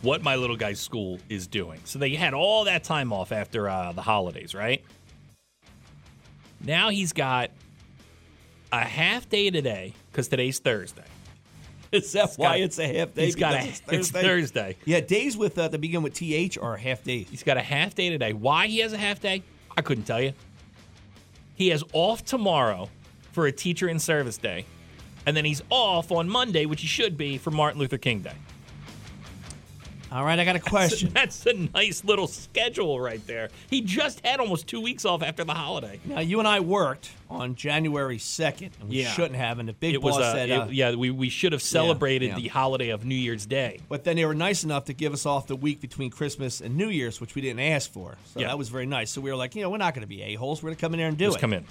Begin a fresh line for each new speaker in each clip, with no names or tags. what my little guy's school is doing. So they had all that time off after uh, the holidays, right? Now he's got a half day today because today's Thursday.
Is that why
got-
it's a half day?
he's got
Because
a- it's Thursday.
Yeah, days with uh, that begin with th are half days.
He's got a half day today. Why he has a half day, I couldn't tell you. He has off tomorrow for a teacher in service day, and then he's off on Monday, which he should be for Martin Luther King Day.
All right, I got a question.
That's a nice little schedule right there. He just had almost two weeks off after the holiday.
now you and I worked on January second, and we
Yeah.
shouldn't have. And the big
It was
boss
uh,
said,
it-
uh,
yeah, we, we should have celebrated
yeah.
the holiday of New Year's Day.
but then they were nice enough to give us off the week between Christmas and New Year's, which we didn't ask for. So
Yeah.
that was very nice. So we were like, you know, we're not going to be a holes. We're going to come in there and do
Let's
it.
come in.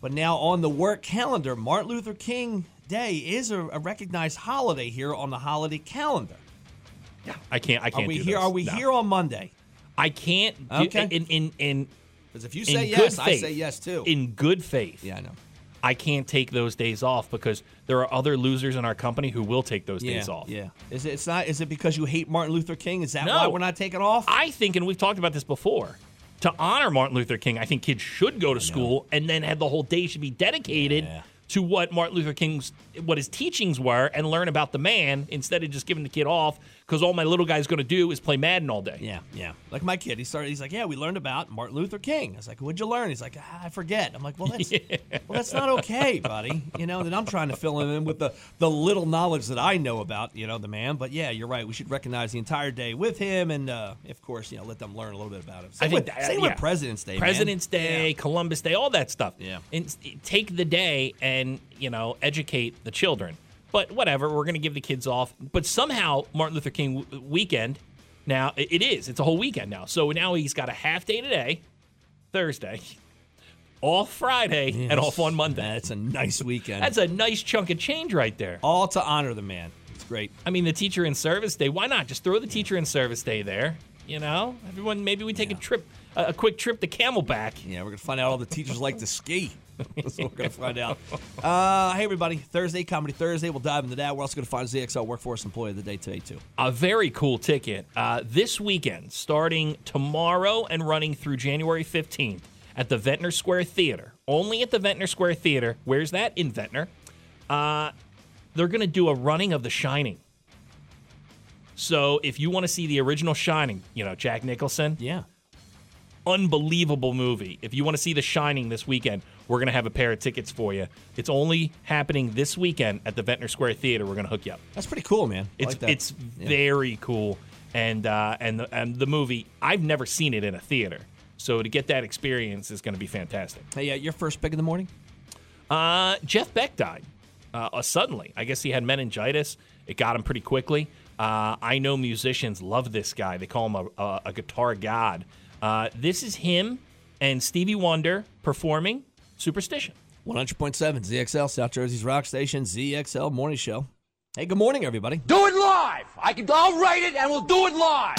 But now on the work calendar, Martin Luther King Day is a, a recognized holiday here on the holiday calendar.
I can't. I can't.
Are we
do
here?
this.
Are we
No.
here on Monday?
I can't. Do,
Okay.
In in in
Because if you
in
say
good
yes,
faith,
I say yes too.
In good faith.
yeah, I know.
I can't take those days off because there are other losers in our company who will take those
yeah,
days off.
Yeah. Is it, it's not? Is it because you hate Martin Luther King? Is that
No.
why we're not taking off?
I think, and we've talked about this before, to honor Martin Luther King, I think kids should go to school and then have the whole day should be dedicated
Yeah.
to what Martin Luther King's what his teachings were and learn about the man instead of just giving the kid off because all my little guy's going to do is play Madden all day.
yeah, yeah. Like my kid, he started. He's like, "Yeah, we learned about Martin Luther King." I was like, "What'd you learn?" He's like, ah, "I forget." I'm like, "Well, that's well, that's not okay, buddy." You know. And then I'm trying to fill him in with the the little knowledge that I know about you know the man. But yeah, you're right. We should recognize the entire day with him, and uh, of course, you know, let them learn a little bit about him. Same,
I think
with,
that- uh,
same
yeah.
with President's Day. man.
President's Day, Columbus Day, all that stuff.
Yeah.
And take the day and, you know, educate the children. But whatever, we're going to give the kids off. But somehow, Martin Luther King w- weekend, now it- it is. It's a whole weekend now. So now he's got a half day today, Thursday, off Friday, and off on Monday.
Man, it's a nice weekend.
That's a nice chunk of change right there.
all to honor the man. It's great.
I mean, the teacher in service day. Why not just throw the teacher in service day there? You know, everyone. Maybe we take a trip, a, a quick trip to Camelback.
Yeah, we're gonna find out all the teachers like to ski. That's what we're gonna find out. Uh, hey everybody, Thursday Comedy Thursday. We'll dive into that. We're also gonna find ZXL Workforce Employee of the Day today too.
a very cool ticket uh, this weekend, starting tomorrow and running through January 15th at the Ventnor Square Theater. Only at the Ventnor Square Theater. Where's that? In Ventnor. Uh, they're going to do a running of The Shining. So if you want to see the original Shining, you know, Jack Nicholson,
Yeah,
unbelievable movie. If you want to see The Shining this weekend, we're going to have a pair of tickets for you. It's only happening this weekend at the Ventnor Square Theater. We're going to hook you up.
that's pretty cool, man. I
It's
like that.
it's
Yeah.
very cool, and uh, and the, and the movie I've never seen it in a theater, so to get that experience is going to be fantastic.
Hey, uh, your first pick in the morning.
Uh, Jeff Beck died uh, uh, suddenly. I guess he had meningitis. It got him pretty quickly. Uh, I know musicians love this guy. They call him a, a, a guitar god. Uh, this is him and Stevie Wonder performing Superstition.
One hundred point seven ZXL South Jersey's Rock Station ZXL Morning Show. Hey, good morning everybody.
Do it live. I can. I'll write it, and we'll do it live.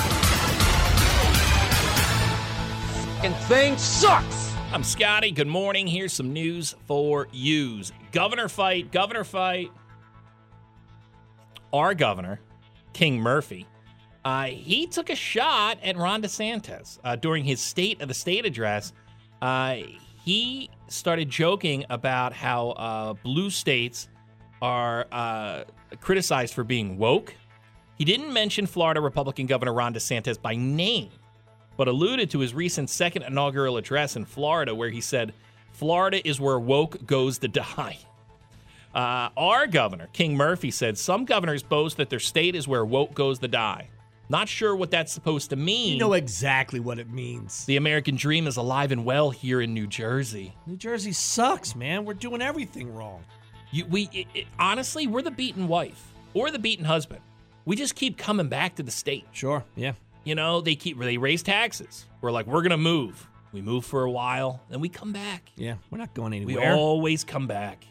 And thing sucks.
I'm Scotty. Good morning. Here's some news for yous. Governor fight, governor fight. Our governor, King Murphy, uh, he took a shot at Ron DeSantis uh, during his State of the State address. Uh, he started joking about how uh, blue states are uh, criticized for being woke. He didn't mention Florida Republican Governor Ron DeSantis by name but alluded to his recent second inaugural address in Florida, where he said, Florida is where woke goes to die. Uh, our governor, King Murphy, said some governors boast that their state is where woke goes to die. Not sure what that's supposed to mean.
You know exactly what it means.
the American dream is alive and well here in New Jersey.
New Jersey sucks, man. We're doing everything wrong.
You, we it, it- honestly, we're the beaten wife or the beaten husband. We just keep coming back to the state.
Sure. Yeah.
You know, they keep they raise taxes. We're like, we're gonna move. We move for a while, then we come back.
Yeah. We're not going
We
anywhere.
always come back.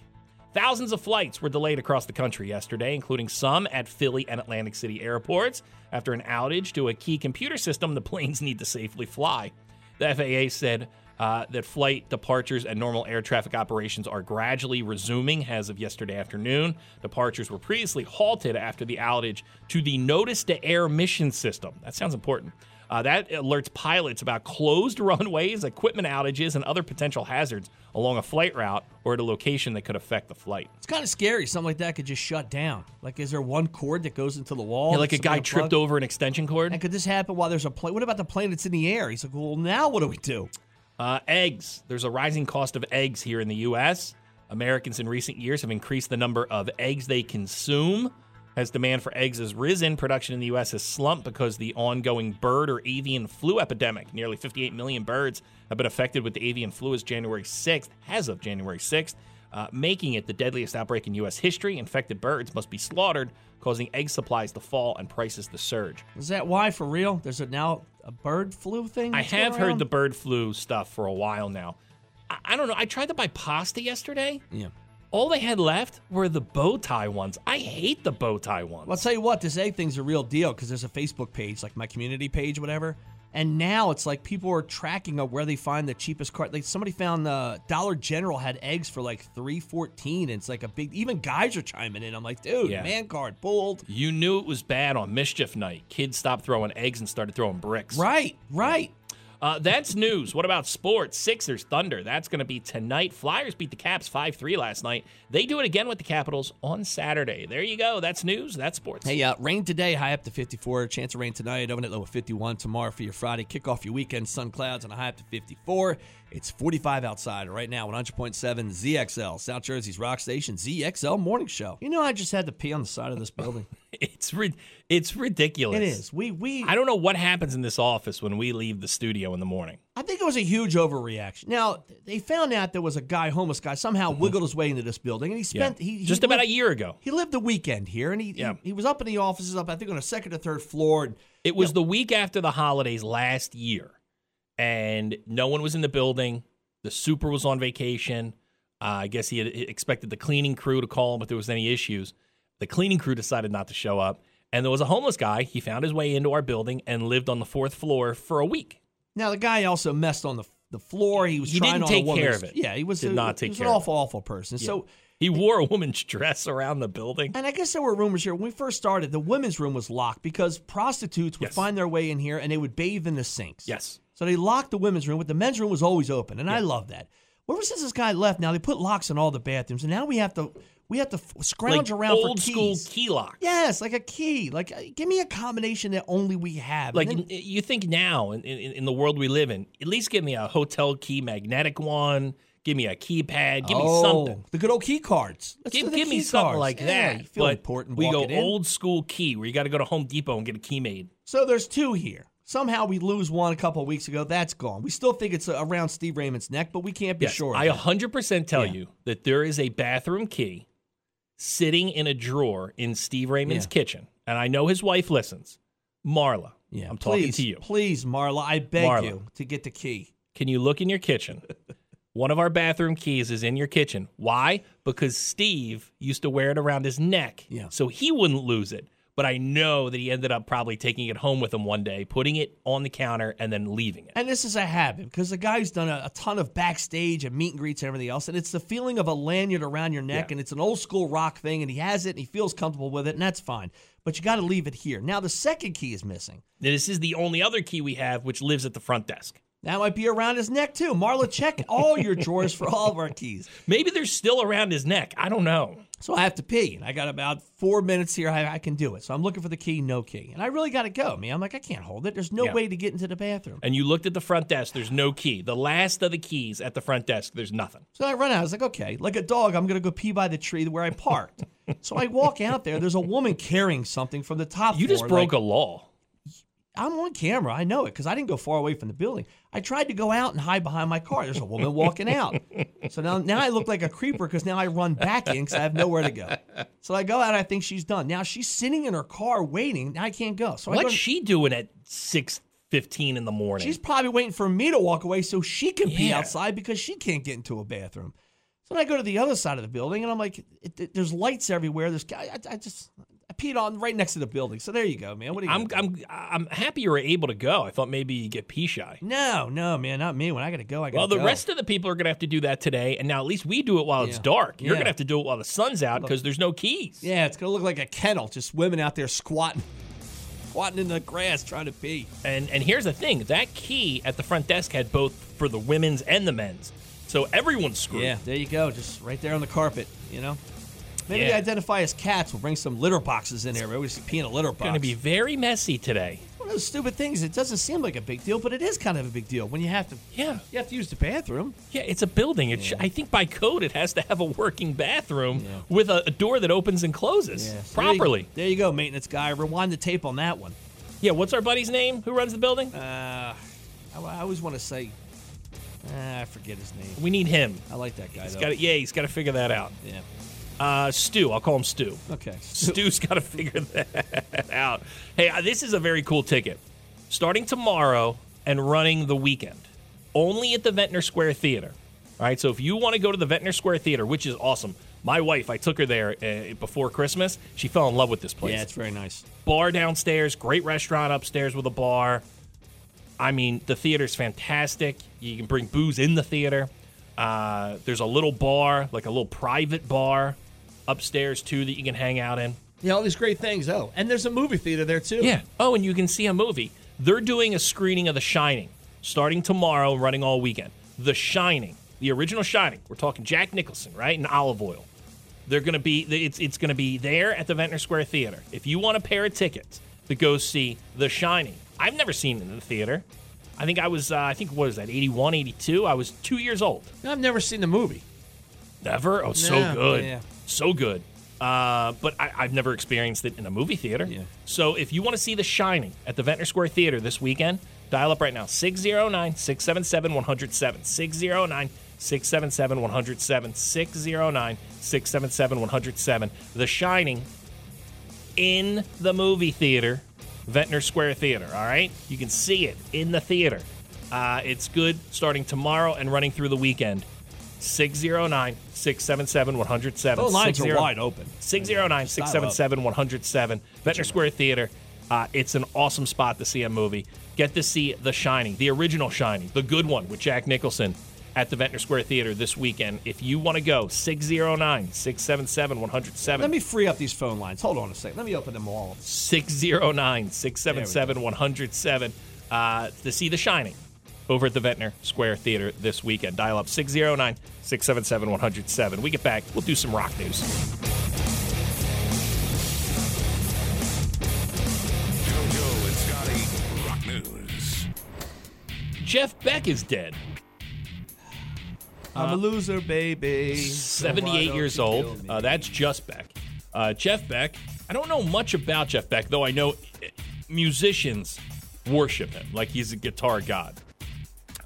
Thousands of flights were delayed across the country yesterday, including some at Philly and Atlantic City airports. After an outage to a key computer system, the planes need to safely fly. The FAA said uh, that flight departures and normal air traffic operations are gradually resuming as of yesterday afternoon. Departures were previously halted after the outage to the Notice to Air Mission System. That sounds important. Uh, that alerts pilots about closed runways, equipment outages, and other potential hazards along a flight route or at a location that could affect the flight.
it's kind of scary. Something like that could just shut down. Like, is there one cord that goes into the wall?
Yeah, like a
that
guy
somebody
tripped
unplugged?
over an extension cord.
And could this happen while there's a plane? What about the plane that's in the air? He's like, well, now what do we do?
Uh, eggs. There's a rising cost of eggs here in the U.S. Americans in recent years have increased the number of eggs they consume. As demand for eggs has risen, production in the U.S. has slumped because the ongoing bird or avian flu epidemic. Nearly 58 million birds have been affected with the avian flu as January 6th, as of January 6th, uh, making it the deadliest outbreak in U.S. history. Infected birds must be slaughtered, causing egg supplies to fall and prices to surge.
Is that why for real? There's a now a bird flu thing.
I
that's going
have heard
around?
the bird flu stuff for a while now. I, I don't know. I tried to buy pasta yesterday.
Yeah.
All they had left were the bow tie ones. I hate the bow tie ones.
Well, I'll tell you what, this egg thing's a real deal because there's a Facebook page, like my community page, whatever. And now it's like people are tracking of where they find the cheapest cart. Like somebody found uh, Dollar General had eggs for like three fourteen, and it's like a big. Even guys are chiming in. I'm like, dude,
Yeah.
man card pulled.
you knew it was bad on mischief night. Kids stopped throwing eggs and started throwing bricks.
Right, right.
Uh, that's news. What about sports? Sixers, Thunder. That's going to be tonight. Flyers beat the Caps 5 3 last night. They do it again with the Capitals on Saturday. There you go. That's news. That's sports.
Hey, uh, rain today, high up to 54. Chance of rain tonight, overnight low of 51. Tomorrow for your Friday, kick off your weekend, sun clouds and a high up to 54. It's 45 outside right now, 100.7 ZXL, South Jersey's rock station, ZXL Morning Show. You know, I just had to pee on the side of this building.
It's rid it's ridiculous.
it is. We we.
I don't know what happens in this office when we leave the studio in the morning.
I think it was a huge overreaction. Now they found out there was a guy, homeless guy, somehow wiggled his way into this building, and he spent he, he
Mm-hmm. just about
lived-
a year ago.
He lived the weekend here, and he, he-
Yeah.
he was up in the offices, up I think on a second or third floor. And
It was the week after the holidays last year, and no one was in the building. The super was on vacation. Uh, I guess he had expected the cleaning crew to call him if there was any issues. The cleaning crew decided not to show up, and there was a homeless guy. He found his way into our building and lived on the fourth floor for a week.
Now the guy also messed on the the floor. He was
He
trying
didn't
on
take
a woman's-
care of it.
Yeah, he was
Did
a-
not take
he was
care
an
of
awful, awful person. So.
He wore a woman's dress around the building.
And I guess there were rumors here. When we first started, the women's room was locked because prostitutes would
Yes.
find their way in here and they would bathe in the sinks.
Yes.
So they locked the women's room, but the men's room was always open, and I love that. Well, Ever since this guy left, now they put locks in all the bathrooms, and now we have to we have to f- scrounge
Like
around
old
for keys.
school key lock.
Yes, like a key. Like uh, give me a combination that only we have.
Like
And then-
n- you think now in, in, in the world we live in, at least give me a hotel key, magnetic one. Give me a keypad. Give me something.
Oh, The good old key cards. Let's do
Give,
the
give me
key
something
cards.
like
Yeah,
that.
You feel
but
important.
We
walk
go
it in.
old school key where you got to go to Home Depot and get a key made.
So there's two here. Somehow we lose one a couple of weeks ago. That's gone. We still think it's uh, around Steve Raymond's neck, but we can't be
Yes,
sure. of
I
that.
100% tell you that there is a bathroom key sitting in a drawer in Steve Raymond's
Yeah.
kitchen. And I know his wife listens. Marla,
Yeah,
I'm talking
please,
to you.
Please, Marla, I beg
Marla.
you to get the key.
Can you look in your kitchen? One of our bathroom keys is in your kitchen. Why? Because Steve used to wear it around his neck
Yeah.
so he wouldn't lose it. But I know that he ended up probably taking it home with him one day, putting it on the counter, and then leaving it.
And this is a habit because the guy's done a, a ton of backstage and meet and greets and everything else. And it's the feeling of a lanyard around your neck.
Yeah.
And it's an old school rock thing. And he has it and he feels comfortable with it. And that's fine. But you got to leave it here. Now, the second key is missing.
This is the only other key we have, which lives at the front desk.
That might be around his neck, too. Marla, check all your drawers for all of our keys.
Maybe they're still around his neck. I don't know.
So I have to pee, and I got about four minutes here. I, I can do it. So I'm looking for the key, no key, and I really got to go. Man, I'm like, I can't hold it. There's no
Yeah.
way to get into the bathroom.
And you looked at the front desk. There's no key. The last of the keys at the front desk. There's nothing.
So I run out. I was like, okay, like a dog, I'm gonna go pee by the tree where I parked. so I walk out there. There's a woman carrying something from the top.
You just
floor,
broke
like,
a law.
I'm on camera. I know it because I didn't go far away from the building. I tried to go out and hide behind my car. There's a woman walking out. So now, now I look like a creeper because now I run back in because I have nowhere to go. So I go out. I think she's done. Now she's sitting in her car waiting. Now I can't go. So I go,
What's she doing at six fifteen in the morning?
She's probably waiting for me to walk away so she can pee
Yeah.
outside because she can't get into a bathroom. So then I go to the other side of the building and I'm like, it, it- there's lights everywhere. There's guy. I, I just I peed on right next to the building. So there you go, man. What are you?
I'm
gonna do?
I'm I'm happy you were able to go. I thought maybe you get pee shy.
No, no, man, not me. When I gotta go, I gotta
Well, the
go.
rest of the people are going to have to do that today, and now at least we do it while it's
Yeah.
dark. You're
Yeah.
going to have to do it while the sun's out because there's no keys.
yeah, it's gonna look like a kennel, just women out there squatting, squatting in the grass trying to pee.
And and here's the thing: that key at the front desk had both for the women's and the men's, so everyone's screwed.
Yeah, there you go, just right there on the carpet. You know, maybe they
Yeah.
identify as cats. We'll bring some litter boxes in there. Maybe we just pee in a litter box.
Going to be very messy today.
one of those stupid things. It doesn't seem like a big deal, but it is kind of a big deal when you have to.
Yeah.
you have to use the bathroom.
Yeah, it's a building. It sh- I think by code it has to have a working bathroom with a, a door that opens and closes
So there you-
properly.
There you go, maintenance guy. Rewind the tape on that one.
Yeah, what's our buddy's name? Who runs the building?
Uh, I, I always want to say, ah, I forget his name.
we need him.
I like that guy.
He's
though.
got to, yeah, he's got to figure that out.
Yeah.
Uh, Stu, I'll call him Stu.
Okay.
Stu's got to figure that out. Hey, uh, this is a very cool ticket. Starting tomorrow and running the weekend, only at the Ventnor Square Theater. All right, so if you want to go to the Ventnor Square Theater, which is awesome, my wife, I took her there uh, before Christmas. She fell in love with this place.
Yeah, it's very nice.
bar downstairs, great restaurant upstairs with a bar. I mean, the theater's fantastic. You can bring booze in the theater. Uh, there's a little bar, like a little private bar upstairs too that you can hang out in.
Yeah, all these great things. Oh, and there's a movie theater there too.
Yeah. Oh, and you can see a movie. They're doing a screening of The Shining starting tomorrow, running all weekend. The Shining, the original Shining. We're talking Jack Nicholson, right? And olive oil. They're going to be it's it's going to be there at the Ventnor Square Theater. If you want a pair of tickets to go see The Shining. I've never seen it in the theater. I think I was uh, I think what was that 81, 82? I was 2 years old.
I've never seen the movie.
Never? Oh, so
Yeah,
good.
yeah.
So good. Uh, but I, I've never experienced it in a movie theater.
Yeah.
So if you want to see The Shining at the Ventnor Square Theater this weekend, dial up right now 609 677 107. 609 677 107. 609 677 107. The Shining in the movie theater, Ventnor Square Theater. All right, you can see it in the theater. Uh, it's good starting tomorrow and running through the weekend. 609 677 107.
Those lines are wide open.
609 677 107. Ventnor Square Theater. Uh, it's an awesome spot to see a movie. Get to see The Shining, the original Shining, the good one with Jack Nicholson at the Ventnor Square Theater this weekend. If you want to go, 609 677 107.
Let me free up these phone lines. Hold on a second. Let me open them all.
609 677 107 Uh, to see The Shining over at the Ventnor Square Theater this weekend. Dial up 609 677 107. We get back, we'll do some rock news.
JoJo and Scotty, Rock News.
Jeff Beck is dead,
I'm a loser, baby. So why
78
don't
years
you kill
old.
me?
Uh, that's just Beck. Uh, Jeff Beck, I don't know much about Jeff Beck, though I know eh, musicians worship him like he's a guitar god.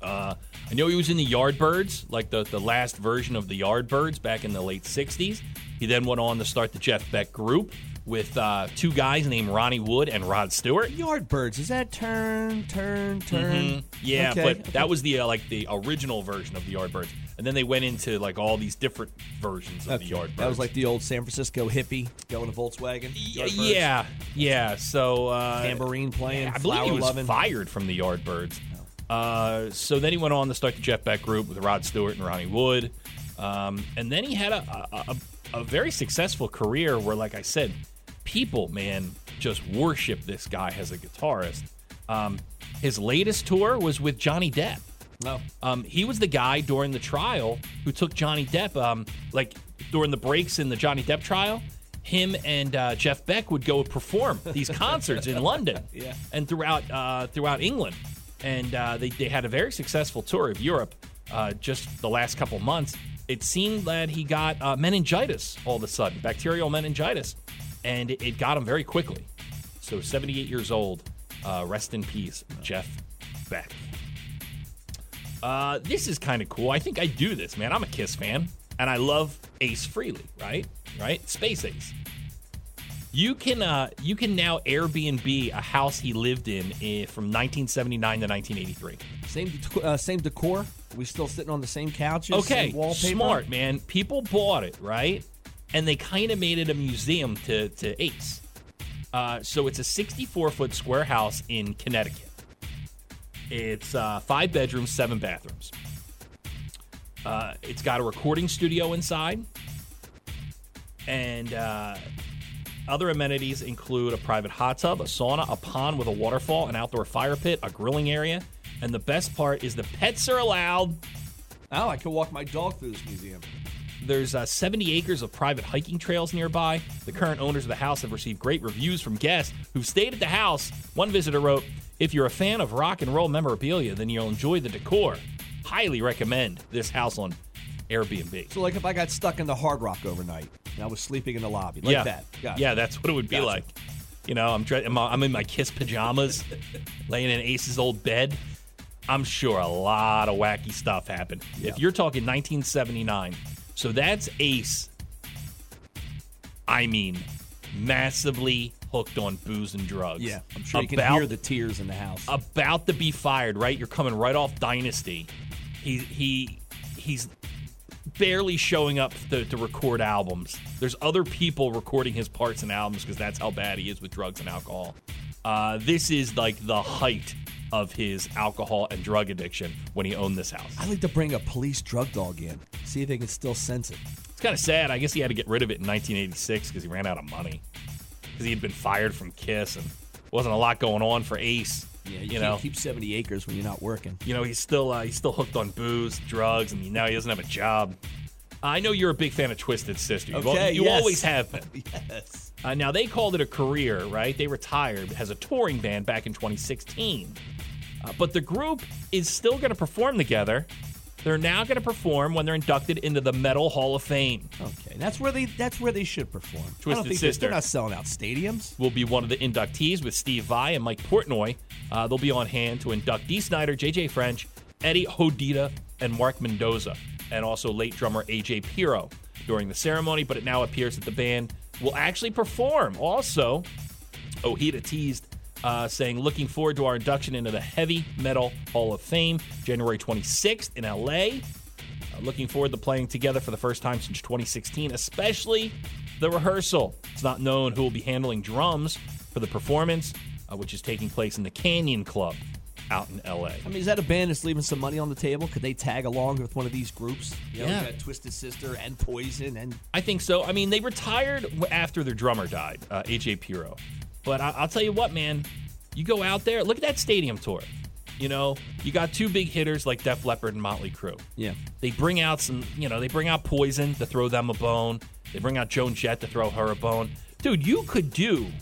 Uh, I know he was in the Yardbirds, like the, the last version of the Yardbirds back in the late 60s. He then went on to start the Jeff Beck Group with uh, two guys named Ronnie Wood and Rod Stewart.
Yardbirds. Is that turn, turn, turn?
Mm-hmm. Yeah,
Okay,
but
okay.
that was the uh, like the original version of the Yardbirds, and then they went into like all these different versions of
Okay.
the Yardbirds.
That was like the old San Francisco hippie going to Volkswagen.
Y-
Yardbirds,
Uh, yeah, yeah. So uh,
Tambourine playing.
I believe
flower
he was
loving.
fired from the Yardbirds. Uh, so then he went on to start the Jeff Beck Group with Rod Stewart and Ronnie Wood, um, and then he had a a, a a very successful career where, like I said, people man just worship this guy as a guitarist. Um, his latest tour was with Johnny Depp.
No. Uh,
Um, he was the guy during the trial who took Johnny Depp, um, like during the breaks in the Johnny Depp trial. Him and uh, Jeff Beck would go perform these concerts in London
Yeah.
and throughout uh, throughout England, and uh, they they had a very successful tour of Europe uh, just the last couple months. It seemed that he got uh, meningitis all of a sudden, bacterial meningitis, and it, it got him very quickly. So 78 years old, uh, rest in peace, Jeff Beck. Uh, this is kind of cool. I think I do this, man. I'm a Kiss fan, and I love Ace Freely, right? Right? Space Ace. You can uh, you can now Airbnb a house he lived in eh, from 1979 to 1983.
Same dec- uh, same decor. We still sitting on the same couches.
Okay,
same wallpaper.
smart man. People bought it, right? And they kind of made it a museum to to Ace. Uh, so it's a 64 foot square house in Connecticut. It's uh, five bedrooms, seven bathrooms. Uh, it's got a recording studio inside, and uh, other amenities include a private hot tub, a sauna, a pond with a waterfall, an outdoor fire pit, a grilling area, and the best part is the pets are allowed.
Oh, I could walk my dog through this museum.
There's uh, 70 acres of private hiking trails nearby. The current owners of the house have received great reviews from guests who've stayed at the house. One visitor wrote, If you're a fan of rock and roll memorabilia, then you'll enjoy the decor. Highly recommend this house on Airbnb.
So, like, if I got stuck in the Hard Rock overnight and I was sleeping in the lobby, like
yeah.
that. Gotcha.
Yeah, that's what it would be
Gotcha.
like. You know, I'm, dre- I'm I'm in my kiss pajamas, laying in Ace's old bed. I'm sure a lot of wacky stuff happened. If you're talking 1979, so that's Ace. I mean, massively hooked on booze and drugs.
Yeah, I'm sure you can
About
hear the tears in the house.
about to be fired, right? You're coming right off Dynasty. He he he's barely showing up to, to record albums. There's other people recording his parts and albums because that's how bad he is with drugs and alcohol. Uh, this is like the height of his alcohol and drug addiction when he owned this house.
I like to bring a police drug dog in, see if they can still sense it.
It's kind of sad. I guess he had to get rid of it in 1986 because he ran out of money because he had been fired from Kiss and wasn't a lot going on for Ace.
Yeah,
you
can't
know,
keep 70 acres when you're not working.
you know he's still uh, he's still hooked on booze, drugs, and now he doesn't have a job. I know you're a big fan of Twisted Sister. You've al-
Okay,
you
yes.
always have been.
Yes.
Uh, now they called it a career, right? They retired as a touring band back in 2016, uh, but the group is still going to perform together. They're now going to perform when they're inducted into the Metal Hall of Fame.
Okay, that's where they that's where they should perform. I
Twisted
don't think
Sister.
They're, they're not selling out stadiums.
will be one of the inductees with Steve Vai and Mike Portnoy. Uh, they'll be on hand to induct Dee Snyder, JJ French, Eddie Hodita, and Mark Mendoza, and also late drummer AJ Piro during the ceremony. But it now appears that the band will actually perform. Also, Ojeda teased, uh, saying, looking forward to our induction into the Heavy Metal Hall of Fame, January 26th in LA. Uh, looking forward to playing together for the first time since 2016, especially the rehearsal. It's not known who will be handling drums for the performance, uh, which is taking place in the Canyon Club out in LA.
I mean, is that a band that's leaving some money on the table? Could they tag along with one of these groups? You know,
Yeah.
you got Twisted Sister and Poison and
I think so. I mean, they retired w- after their drummer died, uh, AJ Piro. But I- I'll tell you what, man, you go out there, look at that stadium tour. You know, you got two big hitters like Def Leppard and Motley Crue.
Yeah.
They bring out some, you know, they bring out Poison to throw them a bone. They bring out Joan Jett to throw her a bone. Dude, you could do,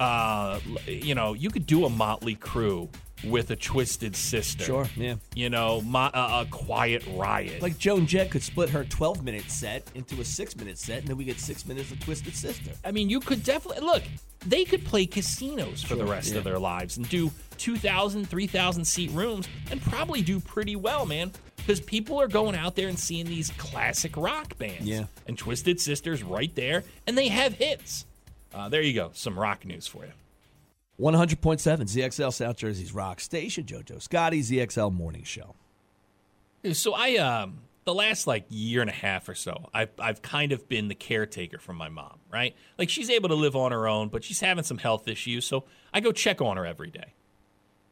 uh, l- you know, you could do a Motley Crue with a Twisted Sister.
Sure, yeah.
You know, mo- uh, a Quiet Riot.
Like Joan Jett could split her 12 minute set into a 6 minute set and then we get 6 minutes of Twisted Sister.
I mean, you could definitely look. They could play casinos for the
Sure,
rest
yeah.
of their lives and do 2,000, 3,000 seat rooms and probably do pretty well, man. Because people are going out there and seeing these classic rock bands.
Yeah.
And Twisted Sisters right there, and they have hits. Uh, there you go. Some rock news for you.
100.7 ZXL South Jersey's Rock Station, JoJo Scotty, ZXL Morning Show.
So I um the last like year and a half or so, I've I've kind of been the caretaker for my mom, right? Like she's able to live on her own, but she's having some health issues, so I go check on her every day.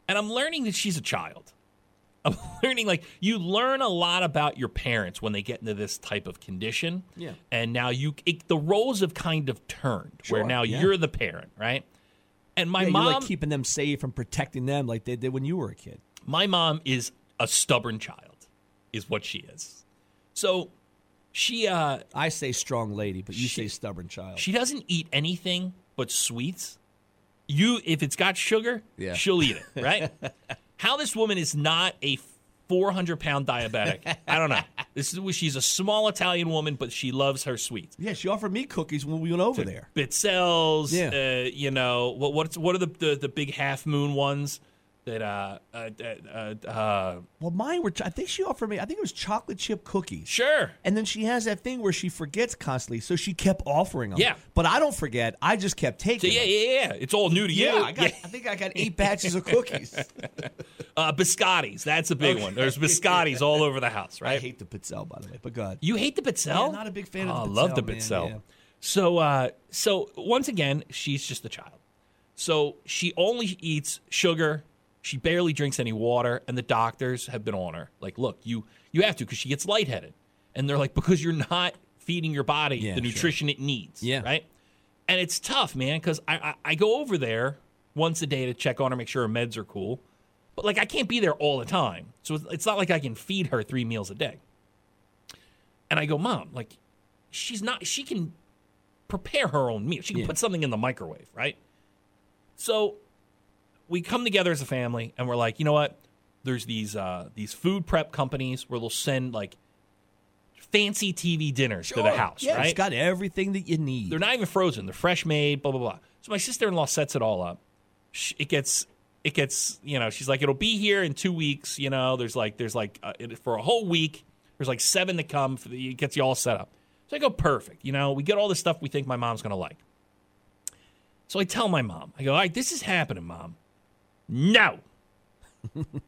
And I'm learning that she's a child. I'm learning like you learn a lot about your parents when they get into this type of condition.
Yeah.
And now you it, the roles have kind of turned where
Sure,
now
yeah.
you're the parent, right? And my
Yeah,
mom
you're like keeping them safe and protecting them like they did when you were a kid.
my mom is a a stubborn child, is what she is. So she uh,
I say strong lady, but you
She-
say stubborn child.
she doesn't eat anything but sweets. You, if it's got sugar,
Yeah.
she'll eat it, right? How this woman is not a 400 pound diabetic, I don't know. This is she's a small Italian woman, but she loves her sweets.
yeah, she offered me cookies when we went over there.
Bitzels,
Yeah.
uh, you know what? What's what are the, the the big half moon ones that uh uh uh, uh, uh
Well, mine were. ch- I think she offered me. I think it was chocolate chip cookies.
sure
And then she has that thing where she forgets constantly, so she kept offering them.
Yeah.
But I don't forget. I just kept
So,
taking.
yeah,
them.
yeah, yeah. It's all new to
Yeah,
you.
I, got, I think I got eight batches of cookies.
Uh, biscottis. That's a big one. There's biscottis all over the house,
I
right?
hate the pizzelle, by the way. But God,
you hate the Bitzel?
Yeah, not a big fan of the
Oh, I love the Bitzel.
Bitzel, man, yeah.
So, uh, so once again, she's just a child. So she only eats sugar. She barely drinks any water, and the doctors have been on her. Like, look, you you have to because she gets lightheaded, and they're like, because you're not feeding your body
Yeah,
the
sure.
nutrition it needs.
Yeah.
right. And it's tough, man, because I, I I go over there once a day to check on her, make sure her meds are cool, but like I can't be there all the time, so it's- it's not like I can feed her three meals a day. And I go, Mom, like, she's not, she can prepare her own meal. She can
Yeah.
put something in the microwave, right? So we come together as a family and we're like, you know what? There's these uh, these food prep companies where they'll send like fancy TV dinners to the house,
yeah,
right?
it's got everything that you need.
They're not even frozen. They're fresh made. Blah blah blah. So my sister in law sets it all up. Sh it gets it gets you know she's like it'll be here in two weeks. You know there's like there's like uh, it, for a whole week there's like seven that come. For the, it gets you all set up. So I go perfect. You know we get all the stuff we think my mom's gonna like. So I tell my mom. I go all right. This is happening, mom. No.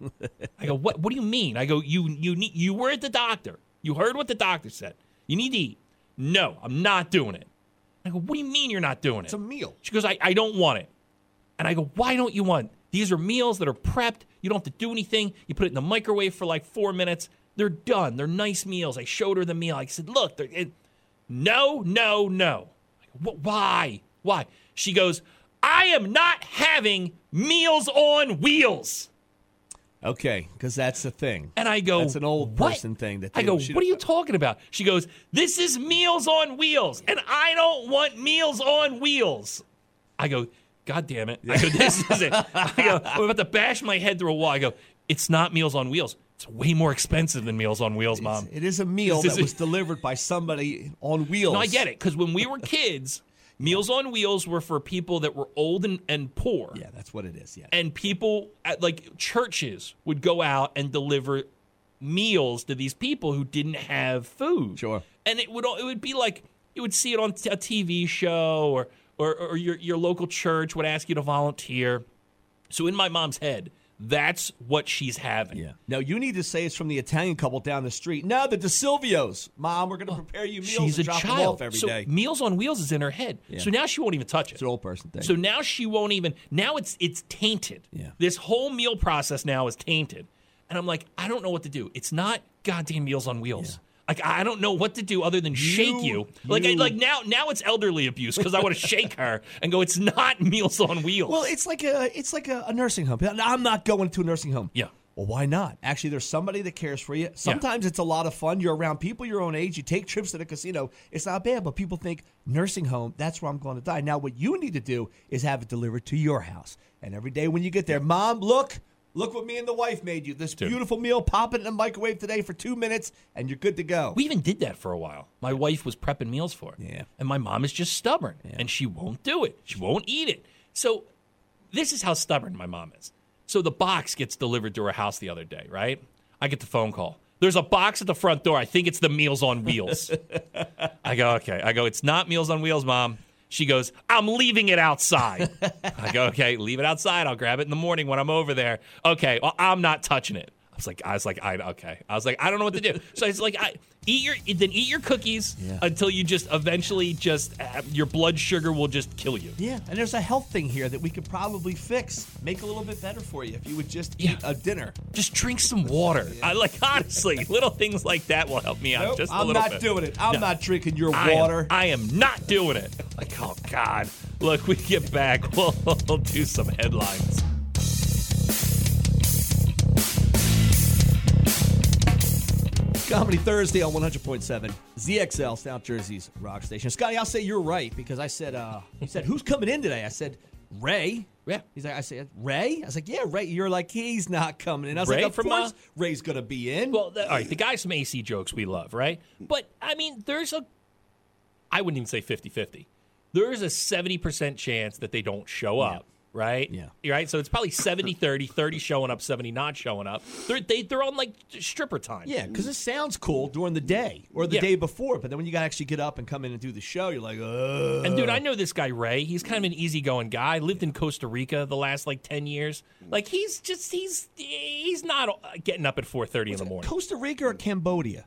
I go, what? What do you mean? I go, you you need you were at the doctor. You heard what the doctor said. You need to eat. No, I'm not doing it. I go, what do you mean you're not doing it?
it's a meal.
She goes, I, I don't want it. And I go, why don't you want it? These are meals that are prepped. You don't have to do anything. You put it in the microwave for like four minutes. They're done. They're nice meals. I showed her the meal. I said, look, they're, it, no, no, no. I go, "What- why? Why? She goes, I am not having meals on wheels.
Okay, because that's the thing.
And I go,
That's an old
"What?"
person thing that
I
they-
go,
she-
what are you talking about? She goes, this is meals on wheels, and I don't want meals on wheels. I go, God damn it! I go, this is it. I go, I'm about to bash my head through a wall. I go, it's not meals on wheels. It's way more expensive than meals on wheels, mom.
It is a meal
This is-
that was delivered by somebody on wheels.
No, I get it because when we were kids, meals on wheels were for people that were old and, and poor.
Yeah, that's what it is. Yeah.
and people at like churches would go out and deliver meals to these people who didn't have food.
Sure.
And it would it would be like you would see it on t- a TV show or or, or your your local church would ask you to volunteer. So in my mom's head, that's what she's having.
Yeah. No, you need to say it's from the Italian couple down the street. No, the De Silvios. Mom, we're going to prepare you meals
Oh, She's
and
a
drop
child.
them off every day.
so Meals on Wheels is in her head. So now she won't even touch it.
It's an old person thing.
So now she won't even. Now it's it's tainted.
Yeah.
This whole meal process now is tainted, and I'm like, I don't know what to do. It's not goddamn meals on wheels. Like I don't know what to do other than shake you. Like I,
you-
like now now it's elderly abuse because I want to shake her and go. It's not meals on wheels.
Well, it's like a it's like a, a nursing home. No, I'm not going to a nursing home.
Yeah.
Well, why not? Actually, there's somebody that cares for you. Sometimes it's a lot of fun. You're around people your own age. You take trips to the casino. It's not bad, but people think nursing home, that's where I'm going to die. Now, what you need to do is have it delivered to your house. And every day when you get there, mom, look, look what me and the wife made you. This beautiful meal, pop it in the microwave today for two minutes, and you're good to go.
we even did that for a while. My wife was prepping meals for it.
Yeah.
And my mom is just stubborn and she won't do it. She won't eat it. So this is how stubborn my mom is. So the box gets delivered to her house the other day, right? I get the phone call. There's a box at the front door. I think it's the Meals on Wheels. I go, okay. I go, it's not Meals on Wheels, mom. She goes, I'm leaving it outside. I go, okay, leave it outside. I'll grab it in the morning when I'm over there. Okay, well, I'm not touching it. I was like, I was like, I okay. I was like, I don't know what to do. So I was like, I eat your then eat your cookies until you just eventually just uh, your blood sugar will just kill you.
Yeah, and there's a health thing here that we could probably fix, make a little bit better for you if you would just eat
Yeah.
a dinner.
Just drink some water. I like honestly, little things like that will help me out
Nope,
just a
I'm
little
not
bit.
doing it. I'm
No.
not drinking your
I am-
water.
I am, not doing it. Like, oh God. Look, we get back. We'll, we'll do some headlines.
Comedy Thursday on 100.7 ZXL South Jersey's Rock Station. Scotty, I'll say you're right because I said, uh, you said, who's coming in today? I said, Ray.
Yeah.
He's like, I said, Ray? I was like, yeah, Ray. You're like, he's not coming in. I was
Ray
like, of
from,
course
uh,
Ray's going to be in.
Well, the, all right, the guys from AC jokes we love, right? But I mean, there's a I wouldn't even say 50-50. There is a 70% chance that they don't show up, right?
Yeah.
Right? So it's probably 70-30, 30 showing up, 70 not showing up. They're they, they're on like stripper time.
yeah, because it sounds cool during the day or the
Yeah.
day before, but then when you got to actually get up and come in and do the show, you're like, ugh.
And dude, I know this guy Ray. He's kind of an easygoing guy. Lived in Costa Rica the last like 10 years. Like he's just he's he's not uh, getting up at 4:30 in the morning.
Costa Rica or Cambodia?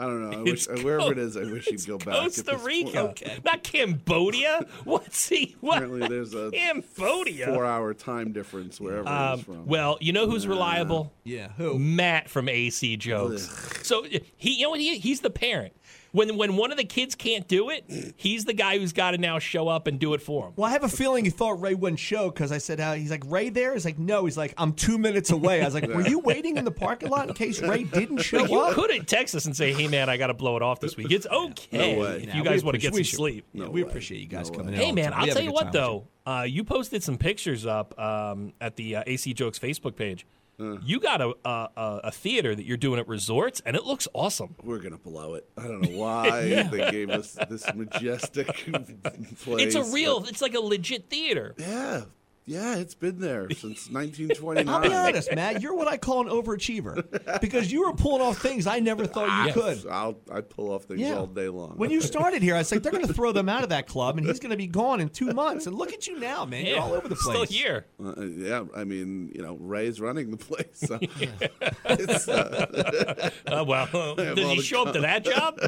I don't know. I wish, uh,
It's
wherever it
Co-
is, I wish you'd go back. at this
Costa
point.
Rica, not Cambodia. What's he? What?
Apparently, there's a
Cambodia.
four-hour time difference wherever
Um,
it's from.
well, you know who's reliable?
Yeah, who?
Matt from AC Jokes. So uh, he, you know what? He, he's the parent. When when one of the kids can't do it, he's the guy who's got to now show up and do it for him.
Well, I have a feeling he thought Ray wouldn't show because I said, uh, he's like, Ray there? He's like, no. He's like, I'm two minutes away. I was like, were you waiting in the parking lot in case Ray didn't show
But you
up?
couldn't text us and say, "Hey man, I got to blow it off this week." It's okay
No way.
if
Nah,
you
we
guys want to
appreci-
get
we
some
should-
sleep.
yeah, we appreciate you guys coming in.
Hey
all the
man,
time. We
I'll
have
tell
a
you
good time
what
with you.
though, uh, you posted some pictures up um, at the uh, AC Jokes Facebook page. You got a, a a- a theater that you're doing at resorts, and it looks awesome.
we're gonna blow it. I don't know why they gave us this majestic place.
It's a real,
but-
it's like a legit theater.
yeah, yeah. It's been there since 1929.
I'll be honest, Matt. You're what I call an overachiever because you were pulling off things I never thought you
Yes.
could.
I'll I pull off things
Yeah.
all day long.
When you started here, I was like, they're going to throw them out of that club, and he's going to be gone in two months. And look at you now, man. You're all over the place.
Still here.
Uh, yeah, I mean, you know, Ray's running the place. So it's, uh,
Uh, well, did
all
he
the
show up to that job?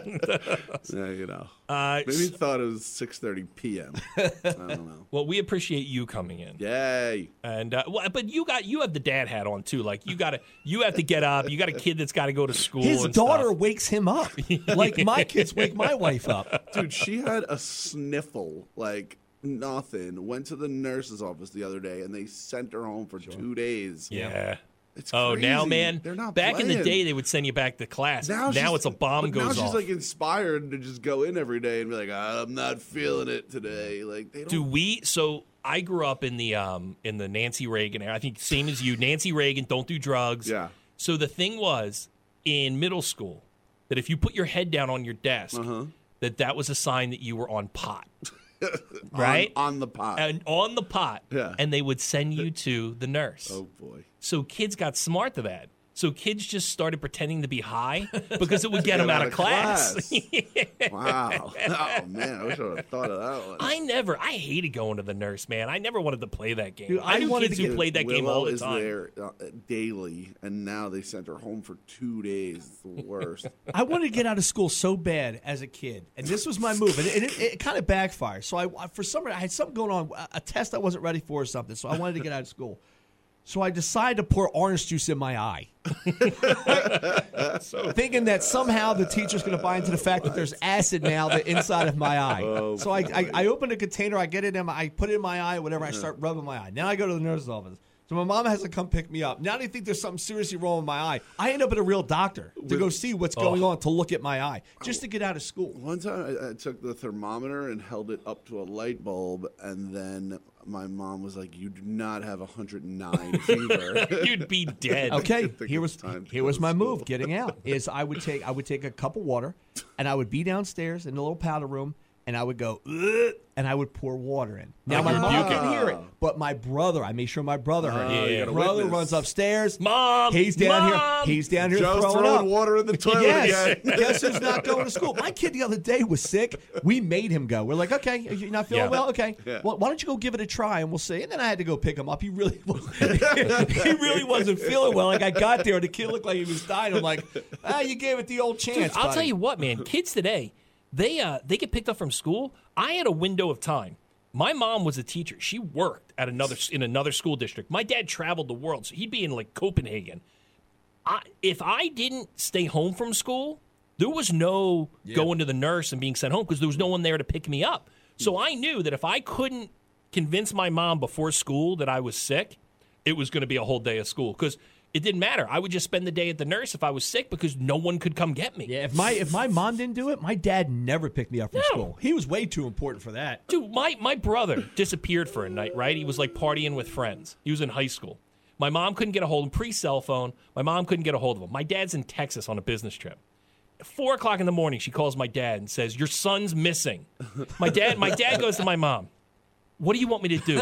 yeah, you know,
Uh,
maybe he thought it was 6:30 p.m. I don't know.
well, we appreciate you coming in,
Yay!
and uh, well, but you got you have the dad hat on too. Like you got to you have to get up. You got a kid that's got to go to school.
His
and
daughter
stuff.
wakes him up like my kids wake my wife up.
Dude, she had a sniffle, like nothing. Went to the nurse's office the other day, and they sent her home for two days.
Yeah.
It's
Oh, now,
crazy.
man.
They're not
back in the
playing.
day, they would send you back to class. Now,
she's-
it's a bomb
but now
goes
she's
off.
like inspired to just go in every day and be like, I'm not feeling it today. Like they don't.
Do we? So I grew up in the um in the Nancy Reagan era. I think same as you, Nancy Reagan. Don't do drugs.
Yeah.
So the thing was in middle school that if you put your head down on your desk, that that was a sign that you were on pot,
on-
right?
on, the pot.
and on the pot,
Yeah.
and they would send you to the nurse.
oh boy.
So kids got smart to that. So kids just started pretending to be high because it would get them out, of class.
class. wow. Oh man, I wish I would have thought of that one.
I never, I hated going to the nurse, man. I never wanted to play that game.
Dude,
I,
I
knew
wanted
kids
to
who
get-
played that game
Willow
all the
is
time.
there uh, daily, and now they sent her home for two days. It's the worst.
I wanted to get out of school so bad as a kid, and this was my move, and it, it, it kind of backfired. So I, I- for some reason, I had something going on, a- a test I wasn't ready for or something. So I wanted to get out of school. So I decided to pour orange juice in my eye, thinking that somehow the teacher's going to buy into the fact that there's acid now the inside of my eye. so I, I, I open a container, I get it in, my, I put it in my eye, whatever. I start rubbing my eye. Now I go to the nurse's office. So my mom has to come pick me up. Now they think there's something seriously wrong with my eye. I end up at a real doctor to go see what's going on to look at my eye, just to get out of school.
One time I, I took the thermometer and held it up to a light bulb, and then my mom was like, You do not have 109 fever.
You'd be dead.
Okay,
think
here
it's
was
time to
here
go
was
to
my move.
school.
Getting out is I would take I would take a cup of water, and I would be downstairs in the little powder room, and I would go, "Ugh," and I would pour water in. Now my mom can hear it, but my brother, I made sure my brother heard
Oh,
it.
you got a
Brother
witness.
runs upstairs.
Mom,
he's down
Mom!
here. He's down here
Joe's
throwing,
throwing
up.
water in the toilet
Yes.
again.
Guess who's not going to school? My kid the other day was sick. We made him go. We're like, okay, you're not feeling
Yeah.
well. Okay,
Yeah.
well, why don't you go give it a try and we'll see. And then I had to go pick him up. He really, was, he really wasn't feeling well. Like I got there, the kid looked like he was dying. I'm like, ah, you gave it the old
Dude,
chance.
I'll
buddy.
tell you what, man. Kids today, they uh, they get picked up from school. I had a window of time. My mom was a teacher. She worked at another in another school district. My dad traveled the world, so he'd be in like Copenhagen. I, if I didn't stay home from school, there was no going to the nurse and being sent home because there was no one there to pick me up. So I knew that if I couldn't convince my mom before school that I was sick, it was going to be a whole day of school because It didn't matter. I would just spend the day at the nurse if I was sick because no one could come get me.
Yeah, if my if my mom didn't do it, my dad never picked me up from
No.
school. He was way too important for that.
Dude, my, my brother disappeared for a night, right? He was like partying with friends. He was in high school. My mom couldn't get a hold of him, pre cell phone. My mom couldn't get a hold of him. My dad's in Texas on a business trip. At Four o'clock in the morning, she calls my dad and says, Your son's missing. My dad, my dad goes to my mom, What do you want me to do?